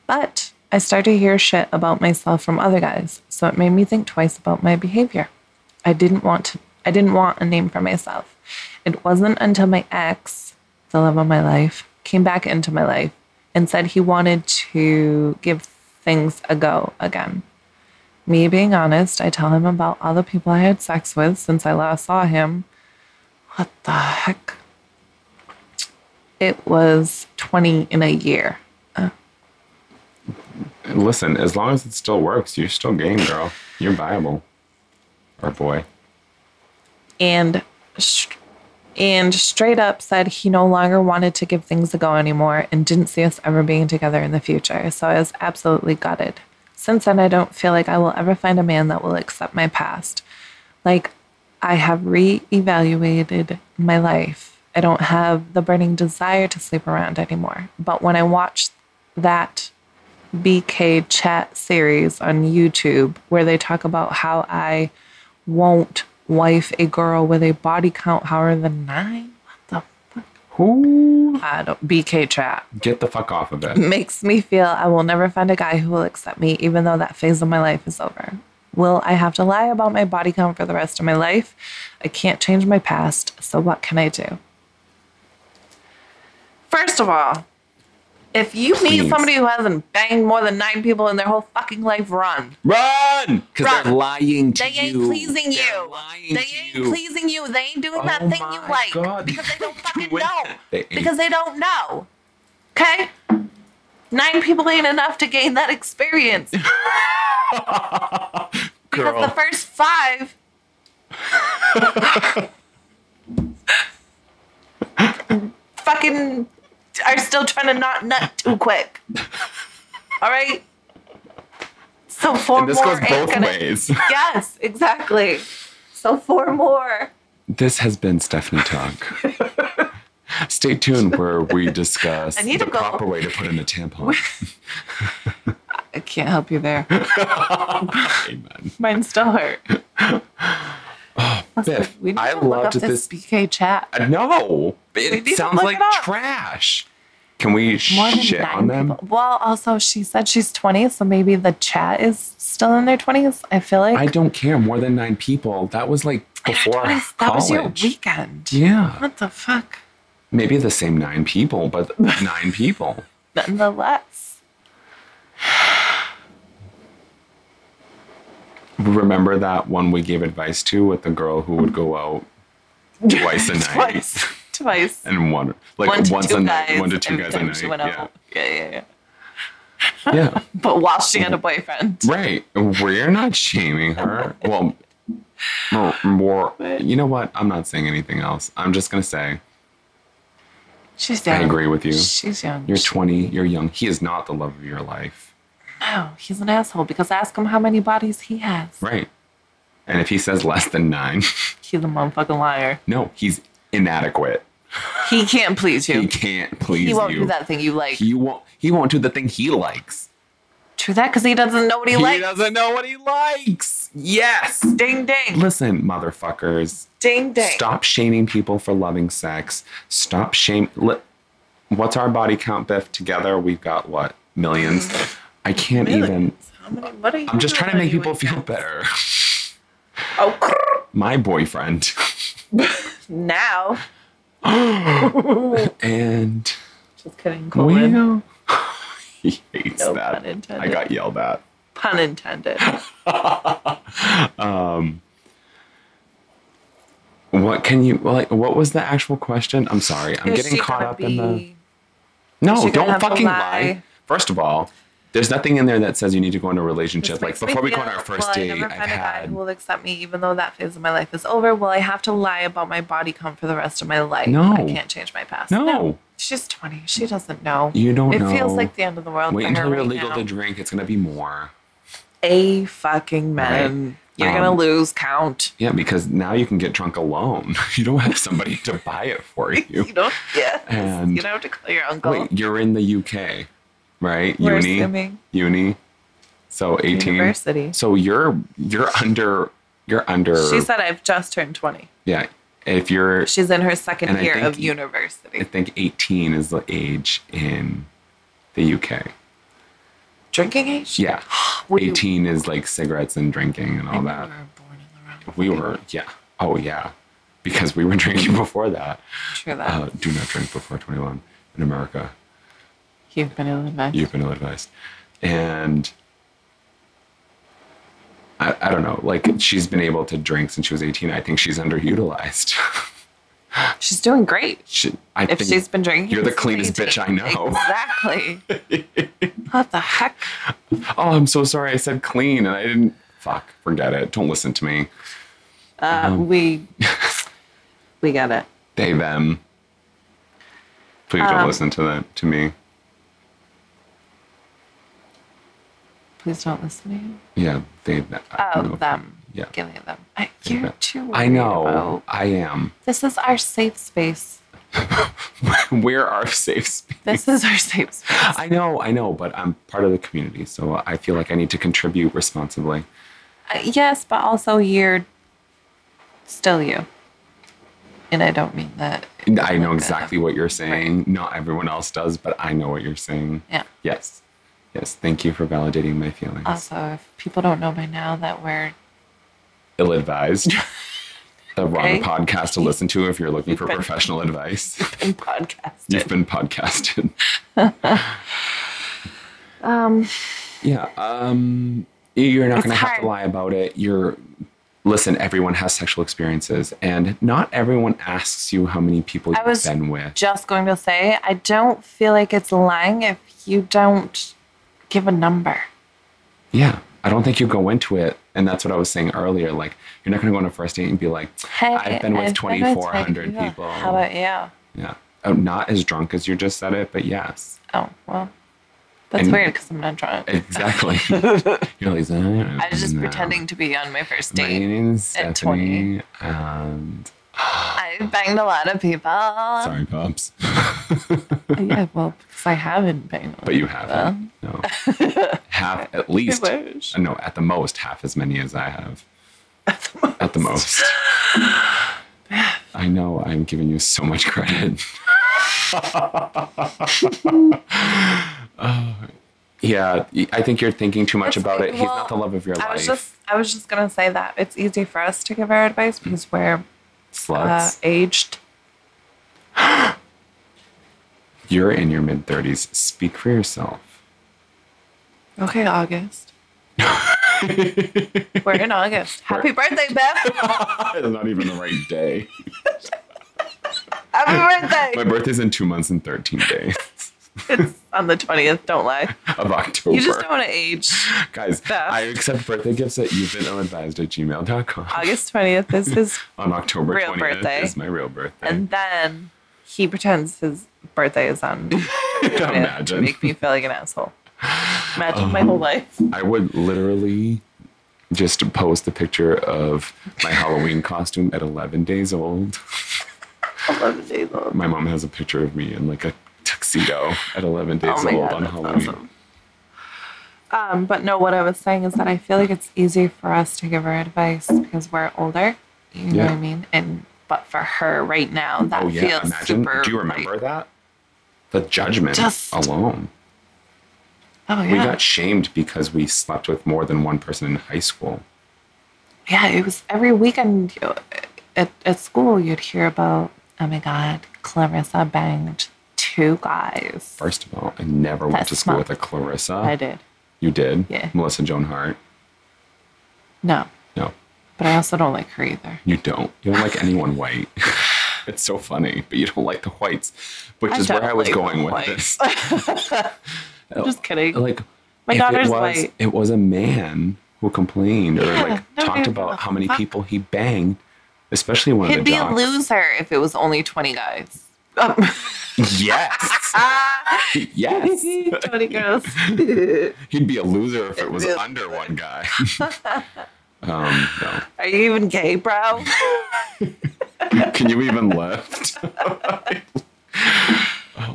Speaker 3: But I started to hear shit about myself from other guys, so it made me think twice about my behavior. I didn't want to I didn't want a name for myself. It wasn't until my ex, the love of my life, came back into my life and said he wanted to give things a go again. Me being honest, I tell him about all the people I had sex with since I last saw him. What the heck? It was 20 in a year.
Speaker 4: Listen, as long as it still works, you're still game, girl. You're viable. Or boy.
Speaker 3: and sh- and straight up said he no longer wanted to give things a go anymore and didn't see us ever being together in the future. So I was absolutely gutted. Since then, I don't feel like I will ever find a man that will accept my past. Like I have reevaluated my life. I don't have the burning desire to sleep around anymore. But when I watch that BK chat series on YouTube where they talk about how I won't wife a girl with a body count higher than nine. What the fuck?
Speaker 4: Who?
Speaker 3: I don't BK chat
Speaker 4: Get the fuck off of it.
Speaker 3: makes me feel I will never find a guy who will accept me, even though that phase of my life is over. Will I have to lie about my body count for the rest of my life? I can't change my past, so what can I do? First of all, if you meet
Speaker 4: Please.
Speaker 3: somebody who hasn't banged more than nine people in their whole fucking life, run.
Speaker 4: Run! Because they're
Speaker 3: Run.
Speaker 4: lying to
Speaker 3: They ain't
Speaker 4: you.
Speaker 3: pleasing
Speaker 4: They're
Speaker 3: you.
Speaker 4: lying
Speaker 3: They
Speaker 4: to
Speaker 3: ain't
Speaker 4: you.
Speaker 3: pleasing you. They ain't doing
Speaker 4: Oh
Speaker 3: that thing you
Speaker 4: my
Speaker 3: like
Speaker 4: God.
Speaker 3: because they don't fucking
Speaker 4: Doing
Speaker 3: know.
Speaker 4: that. They ain't-
Speaker 3: because they don't know. Okay? Nine people ain't enough to gain that experience. because
Speaker 4: Girl.
Speaker 3: the first five. fucking are still trying to not nut too quick. All right? So four
Speaker 4: and this
Speaker 3: more
Speaker 4: goes
Speaker 3: ain't
Speaker 4: both
Speaker 3: gonna
Speaker 4: ways.
Speaker 3: yes, exactly. So four more.
Speaker 4: This has been Stephanie Talk. Stay tuned where we discuss
Speaker 3: I need
Speaker 4: the
Speaker 3: to go.
Speaker 4: proper way to put in a tampon.
Speaker 3: I can't help you there.
Speaker 4: Amen. Oh,
Speaker 3: Mine still hurt.
Speaker 4: Biff,
Speaker 3: We need
Speaker 4: I
Speaker 3: to look up
Speaker 4: loved
Speaker 3: this,
Speaker 4: this.
Speaker 3: BK chat.
Speaker 4: Uh, no,
Speaker 3: need
Speaker 4: it
Speaker 3: to
Speaker 4: sounds
Speaker 3: look
Speaker 4: like
Speaker 3: it up.
Speaker 4: trash. Can we
Speaker 3: More than
Speaker 4: shit
Speaker 3: nine
Speaker 4: on them?
Speaker 3: people. Well, also she said she's twenty, so maybe the chat is still in their twenties. I feel like
Speaker 4: I don't care. More than nine people. That was like before
Speaker 3: That was-
Speaker 4: college.
Speaker 3: that was your weekend.
Speaker 4: Yeah,
Speaker 3: What the fuck?
Speaker 4: maybe the same nine people, but nine people.
Speaker 3: Nonetheless,
Speaker 4: Remember that one we gave advice to with the girl who would go out twice a night
Speaker 3: twice, twice,
Speaker 4: and one like
Speaker 3: one to
Speaker 4: once
Speaker 3: two
Speaker 4: a
Speaker 3: guys,
Speaker 4: night, one to two
Speaker 3: every
Speaker 4: guys a
Speaker 3: time
Speaker 4: night.
Speaker 3: She went
Speaker 4: yeah.
Speaker 3: out. Yeah. yeah, yeah,
Speaker 4: yeah,
Speaker 3: But while she had a boyfriend,
Speaker 4: right. We're not shaming her. Well, more, more. You know what? I'm not saying anything else. I'm just gonna say
Speaker 3: she's
Speaker 4: I
Speaker 3: young.
Speaker 4: agree with you.
Speaker 3: She's young.
Speaker 4: You're 20. You're young. He is not the love of your life.
Speaker 3: No, he's an asshole because ask him how many bodies he has.
Speaker 4: Right. And if he says less than nine,
Speaker 3: He's a motherfucking liar.
Speaker 4: no, he's inadequate.
Speaker 3: He can't please you.
Speaker 4: He
Speaker 3: He,
Speaker 4: can't please
Speaker 3: won't
Speaker 4: you.
Speaker 3: do that thing you like.
Speaker 4: He won't. He won't do the thing he likes.
Speaker 3: True that because he doesn't know what he,
Speaker 4: He
Speaker 3: likes.
Speaker 4: doesn't know what he likes. Yes.
Speaker 3: Ding ding.
Speaker 4: Listen, motherfuckers.
Speaker 3: Ding ding.
Speaker 4: Stop shaming people for loving sex. Stop shame. li- What's our body count, Biff? Together, we've got what millions. I can't even.
Speaker 3: How many, what are you
Speaker 4: I'm just trying to make people
Speaker 3: doing?
Speaker 4: feel better.
Speaker 3: Oh, crrr.
Speaker 4: My boyfriend
Speaker 3: now.
Speaker 4: and
Speaker 2: Just kidding,
Speaker 3: Oh,
Speaker 2: Colin.
Speaker 4: Well, he hates
Speaker 2: No
Speaker 4: that.
Speaker 2: pun intended.
Speaker 4: I got yelled at.
Speaker 2: Pun intended.
Speaker 4: What can you like? What was the actual question? I'm sorry. I'm
Speaker 2: Is
Speaker 4: getting
Speaker 2: she
Speaker 4: caught
Speaker 2: gonna
Speaker 4: up in the.
Speaker 2: be-
Speaker 4: No,
Speaker 2: she gonna
Speaker 4: don't
Speaker 2: have to
Speaker 4: fucking lie?
Speaker 2: lie?
Speaker 4: First of all, there's nothing in there that says you need to go into a relationship.
Speaker 2: This
Speaker 4: Like
Speaker 2: makes me
Speaker 4: before we go
Speaker 2: feel
Speaker 4: on our
Speaker 2: like,
Speaker 4: first
Speaker 2: will
Speaker 4: date,
Speaker 2: I never
Speaker 4: I've
Speaker 2: find a guy
Speaker 4: had.
Speaker 2: who will accept me, even though that phase of my life is over. Will I have to lie about my body count for the rest of my life?
Speaker 4: No.
Speaker 2: I can't change my past.
Speaker 4: No.
Speaker 2: she's twenty. She doesn't know.
Speaker 4: You don't
Speaker 2: it feels
Speaker 4: know.
Speaker 2: like the end of the world.
Speaker 4: Wait
Speaker 2: for her
Speaker 4: until you're
Speaker 2: right
Speaker 4: legal
Speaker 2: now.
Speaker 4: to drink. It's gonna be more.
Speaker 2: a fucking man. You're gonna
Speaker 4: Um,
Speaker 2: lose count.
Speaker 4: Yeah, because now you can get drunk alone. You don't have somebody to buy it for you.
Speaker 2: You don't. Yeah.
Speaker 4: And-
Speaker 2: you don't have to call your uncle.
Speaker 4: Wait, you're in the UK, right?
Speaker 2: We're
Speaker 4: Uni,
Speaker 2: assuming.
Speaker 4: uni. So eighteen.
Speaker 2: University.
Speaker 4: So you're you're under you're under.
Speaker 2: She said I've just turned twenty.
Speaker 4: yeah. If you're,
Speaker 2: She's in her second
Speaker 4: And I
Speaker 2: year
Speaker 4: think
Speaker 2: of
Speaker 4: you- I
Speaker 2: university.
Speaker 4: think eighteen is the age in the UK.
Speaker 2: Drinking age?
Speaker 4: Yeah,
Speaker 2: Were you-
Speaker 4: eighteen is like cigarettes and drinking and all that.
Speaker 2: born in the wrong.
Speaker 4: We were, yeah. Oh yeah, because we were drinking before that.
Speaker 2: True that.
Speaker 4: Uh, do not drink before twenty-one in America.
Speaker 3: You've been ill advised.
Speaker 4: you've been ill advised. And I, I don't know, like she's been able to drink since she was 18. I think she's underutilized.
Speaker 2: she's doing great.
Speaker 4: she, I
Speaker 2: If
Speaker 4: think
Speaker 2: she's been drinking,
Speaker 4: you're the
Speaker 2: since
Speaker 4: cleanest bitch I
Speaker 2: 18.
Speaker 4: know.
Speaker 2: Exactly. what the heck?
Speaker 4: oh, I'm so sorry. I said clean and I didn't. Fuck, forget it. Don't listen to me.
Speaker 3: Uh,
Speaker 4: Um,
Speaker 3: we we got it.
Speaker 4: They, them. Please
Speaker 2: Um,
Speaker 4: don't listen to that to me.
Speaker 3: Please don't listen to you.
Speaker 4: Yeah, they, them. I
Speaker 3: Oh,
Speaker 4: don't know.
Speaker 3: them.
Speaker 4: Yeah.
Speaker 3: Give me them. I,
Speaker 4: They,
Speaker 3: you're
Speaker 4: them.
Speaker 3: too.
Speaker 4: I
Speaker 3: worried
Speaker 4: know.
Speaker 3: about-
Speaker 4: I am.
Speaker 3: This is our safe space.
Speaker 4: Where are safe space?
Speaker 3: This is our safe space.
Speaker 4: I know, I know, but I'm part of the community, so I feel like I need to contribute responsibly.
Speaker 3: Uh, yes, but also you're still you. And I don't mean that.
Speaker 4: I know exactly what you're saying. Not everyone else does, but I know what you're saying.
Speaker 3: Yeah.
Speaker 4: Yes. Yes. Thank you for validating my feelings.
Speaker 3: Also, if people don't know by now that we're
Speaker 4: Ill advised. the
Speaker 3: Okay.
Speaker 4: wrong podcast to listen to if you're looking for
Speaker 3: been-
Speaker 4: professional advice.
Speaker 3: in podcast,
Speaker 4: You've been podcasted. um. Yeah. Um. You're not going to have
Speaker 3: hard.
Speaker 4: to lie about it. You're. Listen, everyone has sexual experiences, and not everyone asks you how many people you've
Speaker 3: was
Speaker 4: been with.
Speaker 3: just going to say I don't feel like it's lying if you don't give a number.
Speaker 4: Yeah. I don't think you go into it. And that's what I was saying earlier. Like, you're not going to go on a first date and be like,
Speaker 3: Hey,
Speaker 4: I've been with 2,400 people.
Speaker 3: How about you?
Speaker 4: yeah. Oh, not as drunk as you just said it, but yes.
Speaker 3: Oh, well, that's
Speaker 4: And-
Speaker 3: weird because I'm not drunk.
Speaker 4: Exactly. you're like,
Speaker 3: I was just pretending to be on my first
Speaker 4: My
Speaker 3: date.
Speaker 4: name is
Speaker 3: at
Speaker 4: Stephanie. um, And
Speaker 3: I banged a lot of people.
Speaker 4: Um, sorry, Pops.
Speaker 3: Yeah, well, because I haven't banged. a
Speaker 4: But you haven't. No. half, at least.
Speaker 2: wish.
Speaker 4: No, at the most, half as many as I have. At the most. I know I'm giving you so much credit. Oh, yeah, I think you're thinking too much
Speaker 2: It's-
Speaker 4: about it. He's
Speaker 2: well,
Speaker 4: not the love of your
Speaker 2: I was
Speaker 4: life.
Speaker 2: just I was just gonna say that it's easy for us to give our advice
Speaker 4: Mm.
Speaker 2: because we're uh,
Speaker 4: Sluts.
Speaker 2: aged.
Speaker 4: you're in your mid 30s. Speak for yourself.
Speaker 2: Okay, August. we're in August. Happy birthday, Beth!
Speaker 4: it's not even the right day.
Speaker 2: Happy birthday!
Speaker 4: My birthday's in two months and 13 days
Speaker 2: it's on the twentieth. Don't lie.
Speaker 4: of October.
Speaker 2: You just don't want to age.
Speaker 4: Guys,
Speaker 2: Theft.
Speaker 4: I accept birthday gifts at you've been ill-advised at gmail.com.
Speaker 2: August twentieth is his,
Speaker 4: on October
Speaker 2: Uh, real
Speaker 4: 20th
Speaker 2: birthday.
Speaker 4: is my real birthday.
Speaker 2: and then he pretends his birthday is on. To
Speaker 4: Imagine. Um,
Speaker 2: make me feel like an asshole. Imagine my whole life.
Speaker 4: I would literally just post a picture of my Halloween costume at 11 days old.
Speaker 2: Eleven days old.
Speaker 4: My mom has a picture of me in like a tuxedo at 11 days
Speaker 3: Oh
Speaker 2: Oh my
Speaker 4: old
Speaker 2: God,
Speaker 4: on
Speaker 2: that's
Speaker 4: Halloween.
Speaker 2: awesome.
Speaker 3: Um, but no, what I was saying is that I feel like it's easy for us to give her advice because we're older. You know what
Speaker 4: Yeah.
Speaker 3: I mean? And but for her right now, that
Speaker 4: Oh yeah,
Speaker 3: feels
Speaker 4: imagine.
Speaker 3: super.
Speaker 4: Do you remember that? The judgment
Speaker 3: Just-
Speaker 4: alone.
Speaker 3: oh yeah,
Speaker 4: We got shamed because we slept with more than one person in high school.
Speaker 3: yeah. It was every weekend you, at at school. You'd hear about, oh my god, Clarissa banged two two guys.
Speaker 4: First of all, I never went
Speaker 3: That's
Speaker 4: to school
Speaker 3: smart.
Speaker 4: with a Clarissa.
Speaker 3: I did.
Speaker 4: You did?
Speaker 3: Yeah.
Speaker 4: Melissa Joan Hart.
Speaker 3: No,
Speaker 4: No,
Speaker 3: but I also don't like her either.
Speaker 4: you don't. You don't like anyone white. it's so funny, but you don't like the whites, which
Speaker 3: I
Speaker 4: is where
Speaker 3: don't
Speaker 4: I was
Speaker 3: like
Speaker 4: going
Speaker 3: the
Speaker 4: with
Speaker 3: whites.
Speaker 4: this.
Speaker 3: Just kidding.
Speaker 4: Like,
Speaker 3: My
Speaker 4: if
Speaker 3: daughter's
Speaker 4: it was,
Speaker 3: white.
Speaker 4: It was a man who complained or
Speaker 3: Yeah,
Speaker 4: like
Speaker 3: no
Speaker 4: talked
Speaker 3: dude,
Speaker 4: about
Speaker 3: what
Speaker 4: how
Speaker 3: the
Speaker 4: many
Speaker 3: fuck?
Speaker 4: people he banged, especially one
Speaker 3: He'd
Speaker 4: of the
Speaker 3: be
Speaker 4: docs.
Speaker 3: a loser if it was only 20 guys.
Speaker 4: Yes,
Speaker 3: Ah,
Speaker 4: yes.
Speaker 3: 20 girls.
Speaker 4: He'd be a loser if it was under one guy. um, no.
Speaker 2: Are you even gay, bro?
Speaker 4: Can you even lift?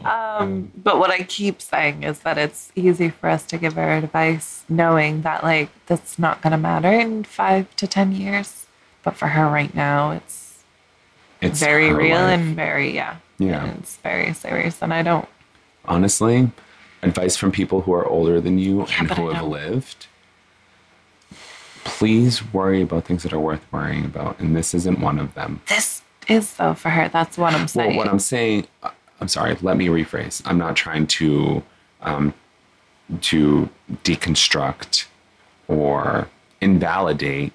Speaker 3: Um, but what I keep saying is that it's easy for us to give our advice knowing that, like, that's not going to matter in five to 10 years. But for her right now, it's,
Speaker 4: It's
Speaker 3: very
Speaker 4: her
Speaker 3: real
Speaker 4: life.
Speaker 3: and very, yeah.
Speaker 4: Yeah.
Speaker 3: and It's very serious. And I don't,
Speaker 4: honestly, advice from people who are older than you and
Speaker 3: but
Speaker 4: who
Speaker 3: I
Speaker 4: have
Speaker 3: don't-
Speaker 4: lived. Please worry about things that are worth worrying about, and this isn't one of them.
Speaker 3: this is though for her. That's what I'm saying.
Speaker 4: Well, what I'm saying, I- I'm sorry. Let me rephrase. I'm not trying to, um, to deconstruct or invalidate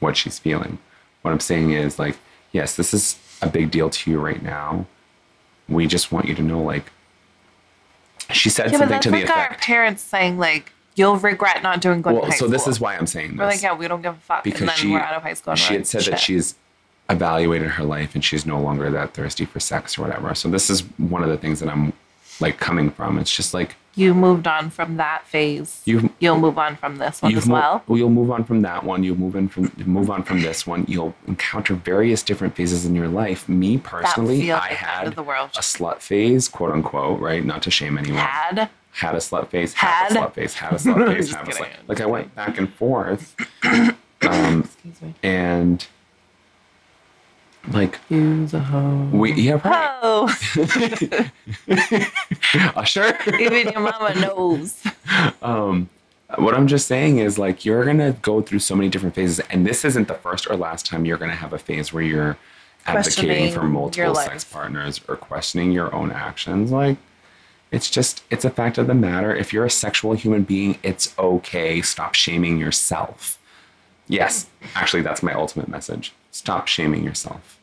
Speaker 4: what she's feeling. What I'm saying is like, yes, this is a big deal to you right now. We just want you to know, like, she said
Speaker 3: yeah, but
Speaker 4: something
Speaker 3: that's
Speaker 4: to the
Speaker 3: like our
Speaker 4: effect.
Speaker 3: parents saying, like, you'll regret not doing good in
Speaker 4: Well,
Speaker 3: high
Speaker 4: so this
Speaker 3: school.
Speaker 4: is why I'm saying this.
Speaker 3: We're like, yeah, we don't give a fuck.
Speaker 4: because
Speaker 3: and then
Speaker 4: she,
Speaker 3: we're out of high school. And
Speaker 4: she
Speaker 3: we're
Speaker 4: had
Speaker 3: like,
Speaker 4: said
Speaker 3: Shit.
Speaker 4: that she's evaluated her life and she's no longer that thirsty for sex or whatever. So this is one of the things that I'm like coming from. It's just like
Speaker 3: you moved on from that phase.
Speaker 4: You've-
Speaker 3: You'll move on from this one
Speaker 4: you've
Speaker 3: as well.
Speaker 4: mo- you'll move on from that one. You'll move in from move on from this one. You'll encounter various different phases in your life. Me personally,
Speaker 3: feels
Speaker 4: I
Speaker 3: like the end
Speaker 4: had
Speaker 3: of the world.
Speaker 4: a slut phase, quote unquote, right? Not to shame anyone.
Speaker 3: Had
Speaker 4: had a slut face, had, a
Speaker 3: Had.
Speaker 4: slut face, had a slut face,
Speaker 3: Just
Speaker 4: had a slut.
Speaker 3: kidding.
Speaker 4: Like I went back and forth, um, and like
Speaker 3: use a hoe.
Speaker 4: we yeah right.
Speaker 2: Oh,
Speaker 4: Usher.
Speaker 2: even your mama knows.
Speaker 4: what I'm just saying is like you're gonna go through so many different phases, and this isn't the first or last time you're gonna have a phase where you're advocating
Speaker 3: Questioning
Speaker 4: for
Speaker 3: your
Speaker 4: multiple
Speaker 3: life.
Speaker 4: sex partners or questioning your own actions. Like it's just it's a fact of the matter. If you're a sexual human being, it's okay. Stop shaming yourself. Yes, actually, that's my ultimate message. Stop shaming yourself.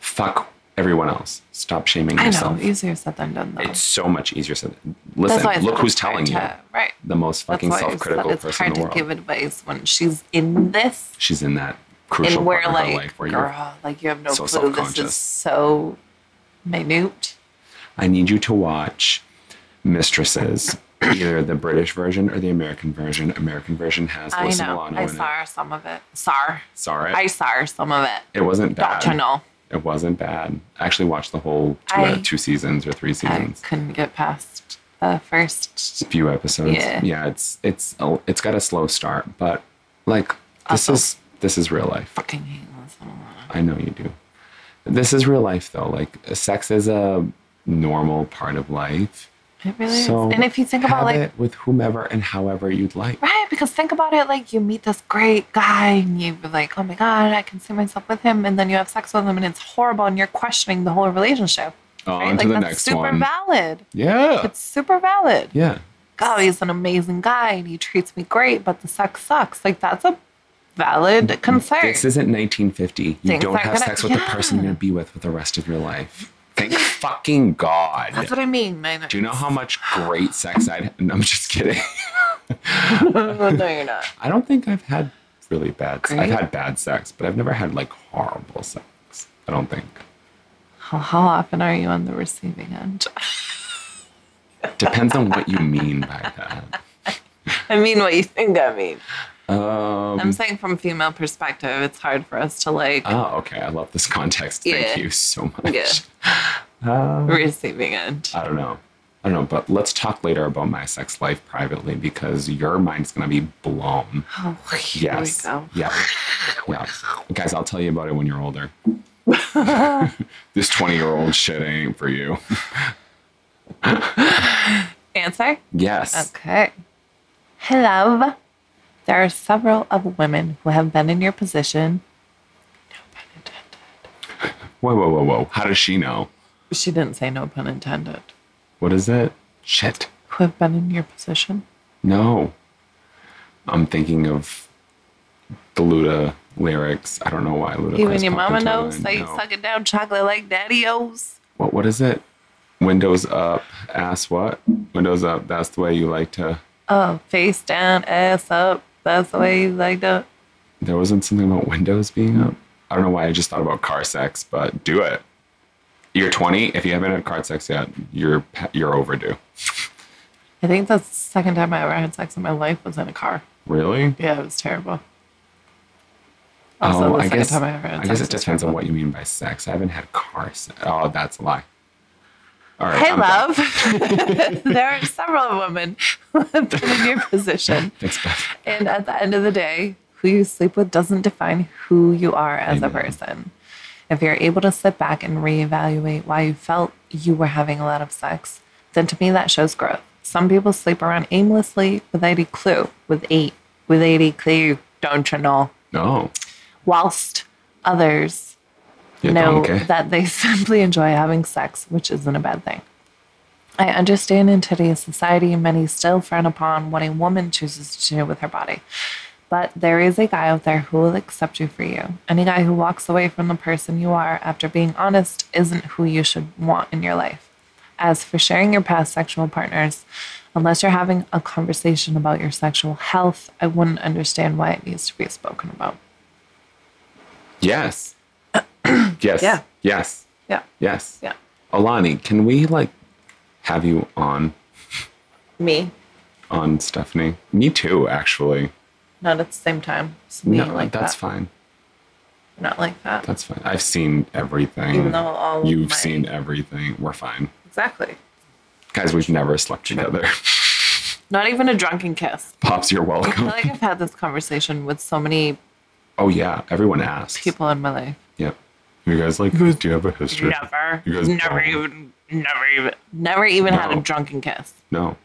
Speaker 4: Fuck everyone else. Stop shaming
Speaker 3: I
Speaker 4: yourself.
Speaker 3: know. Easier said than done though.
Speaker 4: It's so much easier said.
Speaker 3: That's
Speaker 4: Listen,
Speaker 3: why I said
Speaker 4: look
Speaker 3: it's
Speaker 4: who's
Speaker 3: hard
Speaker 4: telling you.
Speaker 3: to- Right.
Speaker 4: The most
Speaker 3: That's
Speaker 4: fucking
Speaker 3: why I said
Speaker 4: self-critical
Speaker 3: it's
Speaker 4: person
Speaker 3: hard
Speaker 4: in the
Speaker 3: to
Speaker 4: world.
Speaker 3: give advice when she's in this
Speaker 4: She's in that crucial
Speaker 3: and we're
Speaker 4: part of her
Speaker 3: like,
Speaker 4: life where you're.
Speaker 3: girl, like you have no clue.
Speaker 4: so
Speaker 3: This
Speaker 4: self-conscious.
Speaker 3: is so minute.
Speaker 4: I need you to watch Mistresses, either the British version or the American version. American version has
Speaker 3: I
Speaker 4: Alyssa
Speaker 3: know.
Speaker 4: Milano
Speaker 3: I
Speaker 4: in it.
Speaker 3: saw some of it. Saw.
Speaker 4: Sorry,
Speaker 3: I saw some of it.
Speaker 4: it wasn't bad.
Speaker 3: Doctrinal.
Speaker 4: It wasn't bad. I actually watched the whole two,
Speaker 3: I-
Speaker 4: uh, two seasons or three
Speaker 3: I
Speaker 4: seasons.
Speaker 3: couldn't get past the first.
Speaker 4: few episodes.
Speaker 3: Yeah.
Speaker 4: it's it's oh, it's got a slow start, but like this
Speaker 3: Also-
Speaker 4: is this is real life.
Speaker 3: Fucking hate Alyssa Milano.
Speaker 4: I know you do. This is real life though. Like sex is a normal part of life.
Speaker 3: It really
Speaker 4: So
Speaker 3: is. And if you think about
Speaker 4: have
Speaker 3: like
Speaker 4: it with whomever and however you'd like.
Speaker 3: Right, because think about it like you meet this great guy and you're like, oh my God, I can see myself with him. And then you have sex with him and it's horrible and you're questioning the whole relationship.
Speaker 4: Oh,
Speaker 3: right?
Speaker 4: on
Speaker 3: like
Speaker 4: to the
Speaker 3: that's
Speaker 4: next
Speaker 3: super
Speaker 4: one.
Speaker 3: valid.
Speaker 4: Yeah.
Speaker 3: It's super valid.
Speaker 4: yeah.
Speaker 3: Oh, he's an amazing guy and he treats me great, but the sex sucks. Like that's a valid concern.
Speaker 4: Mm-hmm. This isn't 1950. You
Speaker 3: Things
Speaker 4: don't
Speaker 3: aren't
Speaker 4: have
Speaker 3: gonna-
Speaker 4: sex with the person you're
Speaker 3: Yeah.
Speaker 4: going to be with for the rest of your life. Thank fucking God.
Speaker 3: that's what I mean. I
Speaker 4: do you know how much great sex I'd. No, I'm just kidding.
Speaker 3: no, you're not.
Speaker 4: I don't think I've had really bad. I've
Speaker 3: Great.
Speaker 4: had bad sex, but I've never had like horrible sex. I don't think.
Speaker 3: How, how often are you on the receiving end?
Speaker 4: Depends on what you mean by that.
Speaker 3: I mean what you think I mean.
Speaker 4: Um,
Speaker 3: I'm saying from female perspective, it's hard for us to like
Speaker 4: oh, okay. I love this context.
Speaker 3: Yeah.
Speaker 4: Thank you so much.
Speaker 3: Yeah.
Speaker 4: Oh.
Speaker 3: receiving end.
Speaker 4: I don't know. I don't know, but let's talk later about my sex life privately because your mind's gonna be blown.
Speaker 3: Oh, here
Speaker 4: Yes.
Speaker 3: we go.
Speaker 4: Yeah. Yeah. Guys, I'll tell you about it when you're older. this 20 year old shit ain't for you.
Speaker 3: Answer?
Speaker 4: Yes.
Speaker 3: Okay. Hello. There are several of women who have been in your position. No pun intended.
Speaker 4: Whoa, whoa, whoa, whoa. How does she know?
Speaker 3: She didn't say no pun intended.
Speaker 4: What is it? Shit.
Speaker 3: Who have been in your position?
Speaker 4: No. I'm thinking of the Luda lyrics. I don't know why Luda.
Speaker 3: Even your mama knows they suck it down chocolate like daddy o's.
Speaker 4: What what is it? Windows up, ass what? Windows up. That's the way you like to.
Speaker 3: Oh, face down, ass up. That's the way you like to.
Speaker 4: There wasn't something about windows being up. I don't know why I just thought about car sex, but do it. You're 20. If you haven't had car sex yet, you're pa- you're overdue.
Speaker 3: I think that's the second time I ever had sex in my life was in a car.
Speaker 4: Really?
Speaker 3: Yeah, it was terrible. Also,
Speaker 4: Oh,
Speaker 3: the
Speaker 4: I
Speaker 3: second
Speaker 4: guess,
Speaker 3: time I ever had
Speaker 4: I
Speaker 3: sex
Speaker 4: guess
Speaker 3: was
Speaker 4: it depends on
Speaker 3: terrible.
Speaker 4: what you mean by sex. I haven't had car sex. Oh, that's a lie. All right.
Speaker 3: Hey,
Speaker 4: I'm done.
Speaker 3: love. there are several women who have been in your position.
Speaker 4: Thanks, Beth.
Speaker 3: And at the end of the day, who you sleep with doesn't define who you are as a
Speaker 4: Amen.
Speaker 3: person. If you're able to sit back and reevaluate why you felt you were having a lot of sex, then to me that shows growth. Some people sleep around aimlessly without a clue, with eight, with 80 clue, don't you know?
Speaker 4: No.
Speaker 3: Whilst others
Speaker 4: You
Speaker 3: know
Speaker 4: don't care.
Speaker 3: that they simply enjoy having sex, which isn't a bad thing. I understand in today's society, many still frown upon what a woman chooses to do with her body. But there is a guy out there who will accept you for you. Any guy who walks away from the person you are after being honest isn't who you should want in your life. As for sharing your past sexual partners, unless you're having a conversation about your sexual health, I wouldn't understand why it needs to be spoken about.
Speaker 4: Yes. yes.
Speaker 3: Yeah.
Speaker 4: Yes.
Speaker 3: Yeah.
Speaker 4: Yes.
Speaker 3: Yeah.
Speaker 4: Alani, can we like have you on
Speaker 3: Me,
Speaker 4: on Stephanie? Me too, actually.
Speaker 3: not at the same time. So
Speaker 4: No,
Speaker 3: being like
Speaker 4: that's
Speaker 3: that.
Speaker 4: fine.
Speaker 3: Not like that.
Speaker 4: That's fine. I've seen everything.
Speaker 3: Even though all of
Speaker 4: You've
Speaker 3: my-
Speaker 4: seen everything. We're fine.
Speaker 3: Exactly.
Speaker 4: Guys, we've never slept together.
Speaker 3: Not even a drunken kiss.
Speaker 4: Pops, you're
Speaker 3: I feel
Speaker 4: welcome.
Speaker 3: like I've had this conversation with so many
Speaker 4: Oh yeah, everyone asks.
Speaker 3: people in my life.
Speaker 4: Yep. You guys like do you have a history?
Speaker 3: Never,
Speaker 4: You guys
Speaker 3: never
Speaker 4: don't.
Speaker 3: even, never even, never even had a
Speaker 4: No.
Speaker 3: drunken kiss.
Speaker 4: No.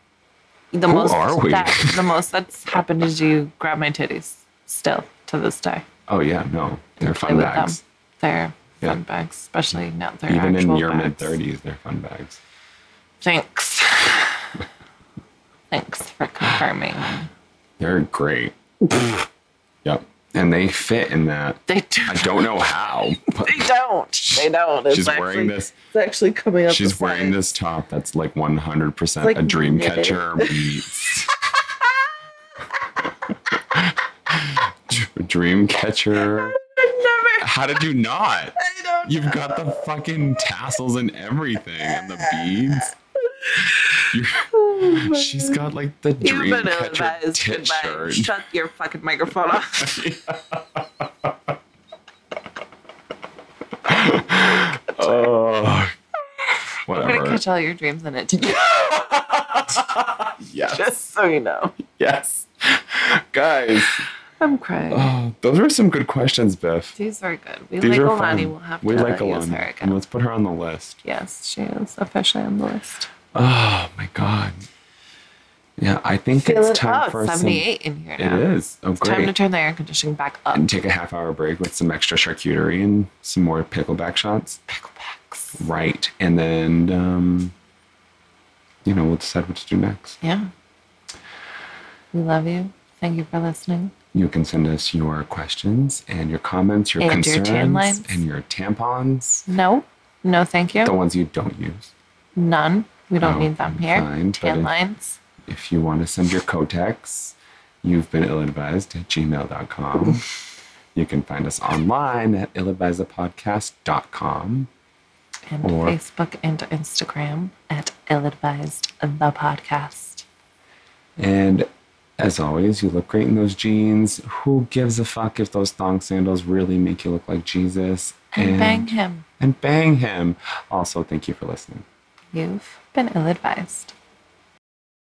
Speaker 3: The
Speaker 4: Who
Speaker 3: most
Speaker 4: are we?
Speaker 3: That, the most that's happened is you grab my titties. Still to this day,
Speaker 4: Oh yeah, no. They're
Speaker 3: Play
Speaker 4: fun
Speaker 3: with
Speaker 4: bags.
Speaker 3: them. They're
Speaker 4: Yeah.
Speaker 3: fun bags, especially now they're
Speaker 4: Even in
Speaker 3: actual
Speaker 4: your
Speaker 3: bags.
Speaker 4: mid thirties, they're fun bags.
Speaker 3: Thanks. Thanks for confirming.
Speaker 4: They're great. yep. And they fit in that.
Speaker 3: They do.
Speaker 4: I don't know how, but
Speaker 3: They don't. They don't. It's
Speaker 4: she's
Speaker 3: actually,
Speaker 4: wearing this.
Speaker 3: It's actually coming up.
Speaker 4: She's
Speaker 3: the
Speaker 4: wearing
Speaker 3: side.
Speaker 4: this top that's like 100%
Speaker 3: like
Speaker 4: a dream
Speaker 3: knitted.
Speaker 4: catcher meets. dream catcher.
Speaker 3: Never.
Speaker 4: How did you
Speaker 3: I
Speaker 4: not?
Speaker 3: don't.
Speaker 4: You've got the fucking tassels and everything and the beads. You're, she's got like the
Speaker 3: Oh You've
Speaker 4: dream
Speaker 3: been
Speaker 4: catcher
Speaker 3: ill-advised.
Speaker 4: tit
Speaker 3: Goodbye.
Speaker 4: shirt.
Speaker 3: Shut your fucking microphone off.
Speaker 4: Oh,
Speaker 3: I'm gonna
Speaker 4: whatever.
Speaker 3: catch all your dreams in it today,
Speaker 4: Yes,
Speaker 3: just so you know.
Speaker 4: yes, guys.
Speaker 3: I'm crying.
Speaker 4: Oh, those are some good questions, Biff.
Speaker 3: These are good. We
Speaker 4: These
Speaker 3: like
Speaker 4: are
Speaker 3: Alani.
Speaker 4: fun.
Speaker 3: We'll have
Speaker 4: we
Speaker 3: to
Speaker 4: like
Speaker 3: use
Speaker 4: Alani.
Speaker 3: her
Speaker 4: And
Speaker 3: again.
Speaker 4: let's put her on the list.
Speaker 3: Yes, she is officially on the list.
Speaker 4: Oh my god. Yeah, I think
Speaker 3: Feel
Speaker 4: it's
Speaker 3: it Oh,
Speaker 4: time
Speaker 3: out.
Speaker 4: for some-
Speaker 3: 78 in here now.
Speaker 4: It is. Oh, great.
Speaker 3: Time to turn the air conditioning back up.
Speaker 4: and take a half hour break with some extra charcuterie and some more pickleback shots.
Speaker 3: Picklebacks.
Speaker 4: Right. And then, um, you know, we'll decide what to do next.
Speaker 3: Yeah. We love you. Thank you for listening.
Speaker 4: You can send us your questions and your comments, your
Speaker 3: And your
Speaker 4: concerns,
Speaker 3: tan lines.
Speaker 4: and your tampons,
Speaker 3: No, no, thank you.
Speaker 4: the ones you don't use.
Speaker 3: None. We don't
Speaker 4: Oh,
Speaker 3: need them here.
Speaker 4: fine, but
Speaker 3: Tan
Speaker 4: it-
Speaker 3: lines.
Speaker 4: If you want to send your Kotex, you've been illadvised at gmail.com. You can find us online at illadvisedpodcast.com.
Speaker 3: and
Speaker 4: Or-
Speaker 3: Facebook and Instagram at ill advised the podcast.
Speaker 4: And as always, you look great in those jeans. Who gives a fuck if those thong sandals really make you look like Jesus?
Speaker 3: And, bang him.
Speaker 4: And bang him. Also, thank you for listening.
Speaker 3: You've been ill advised.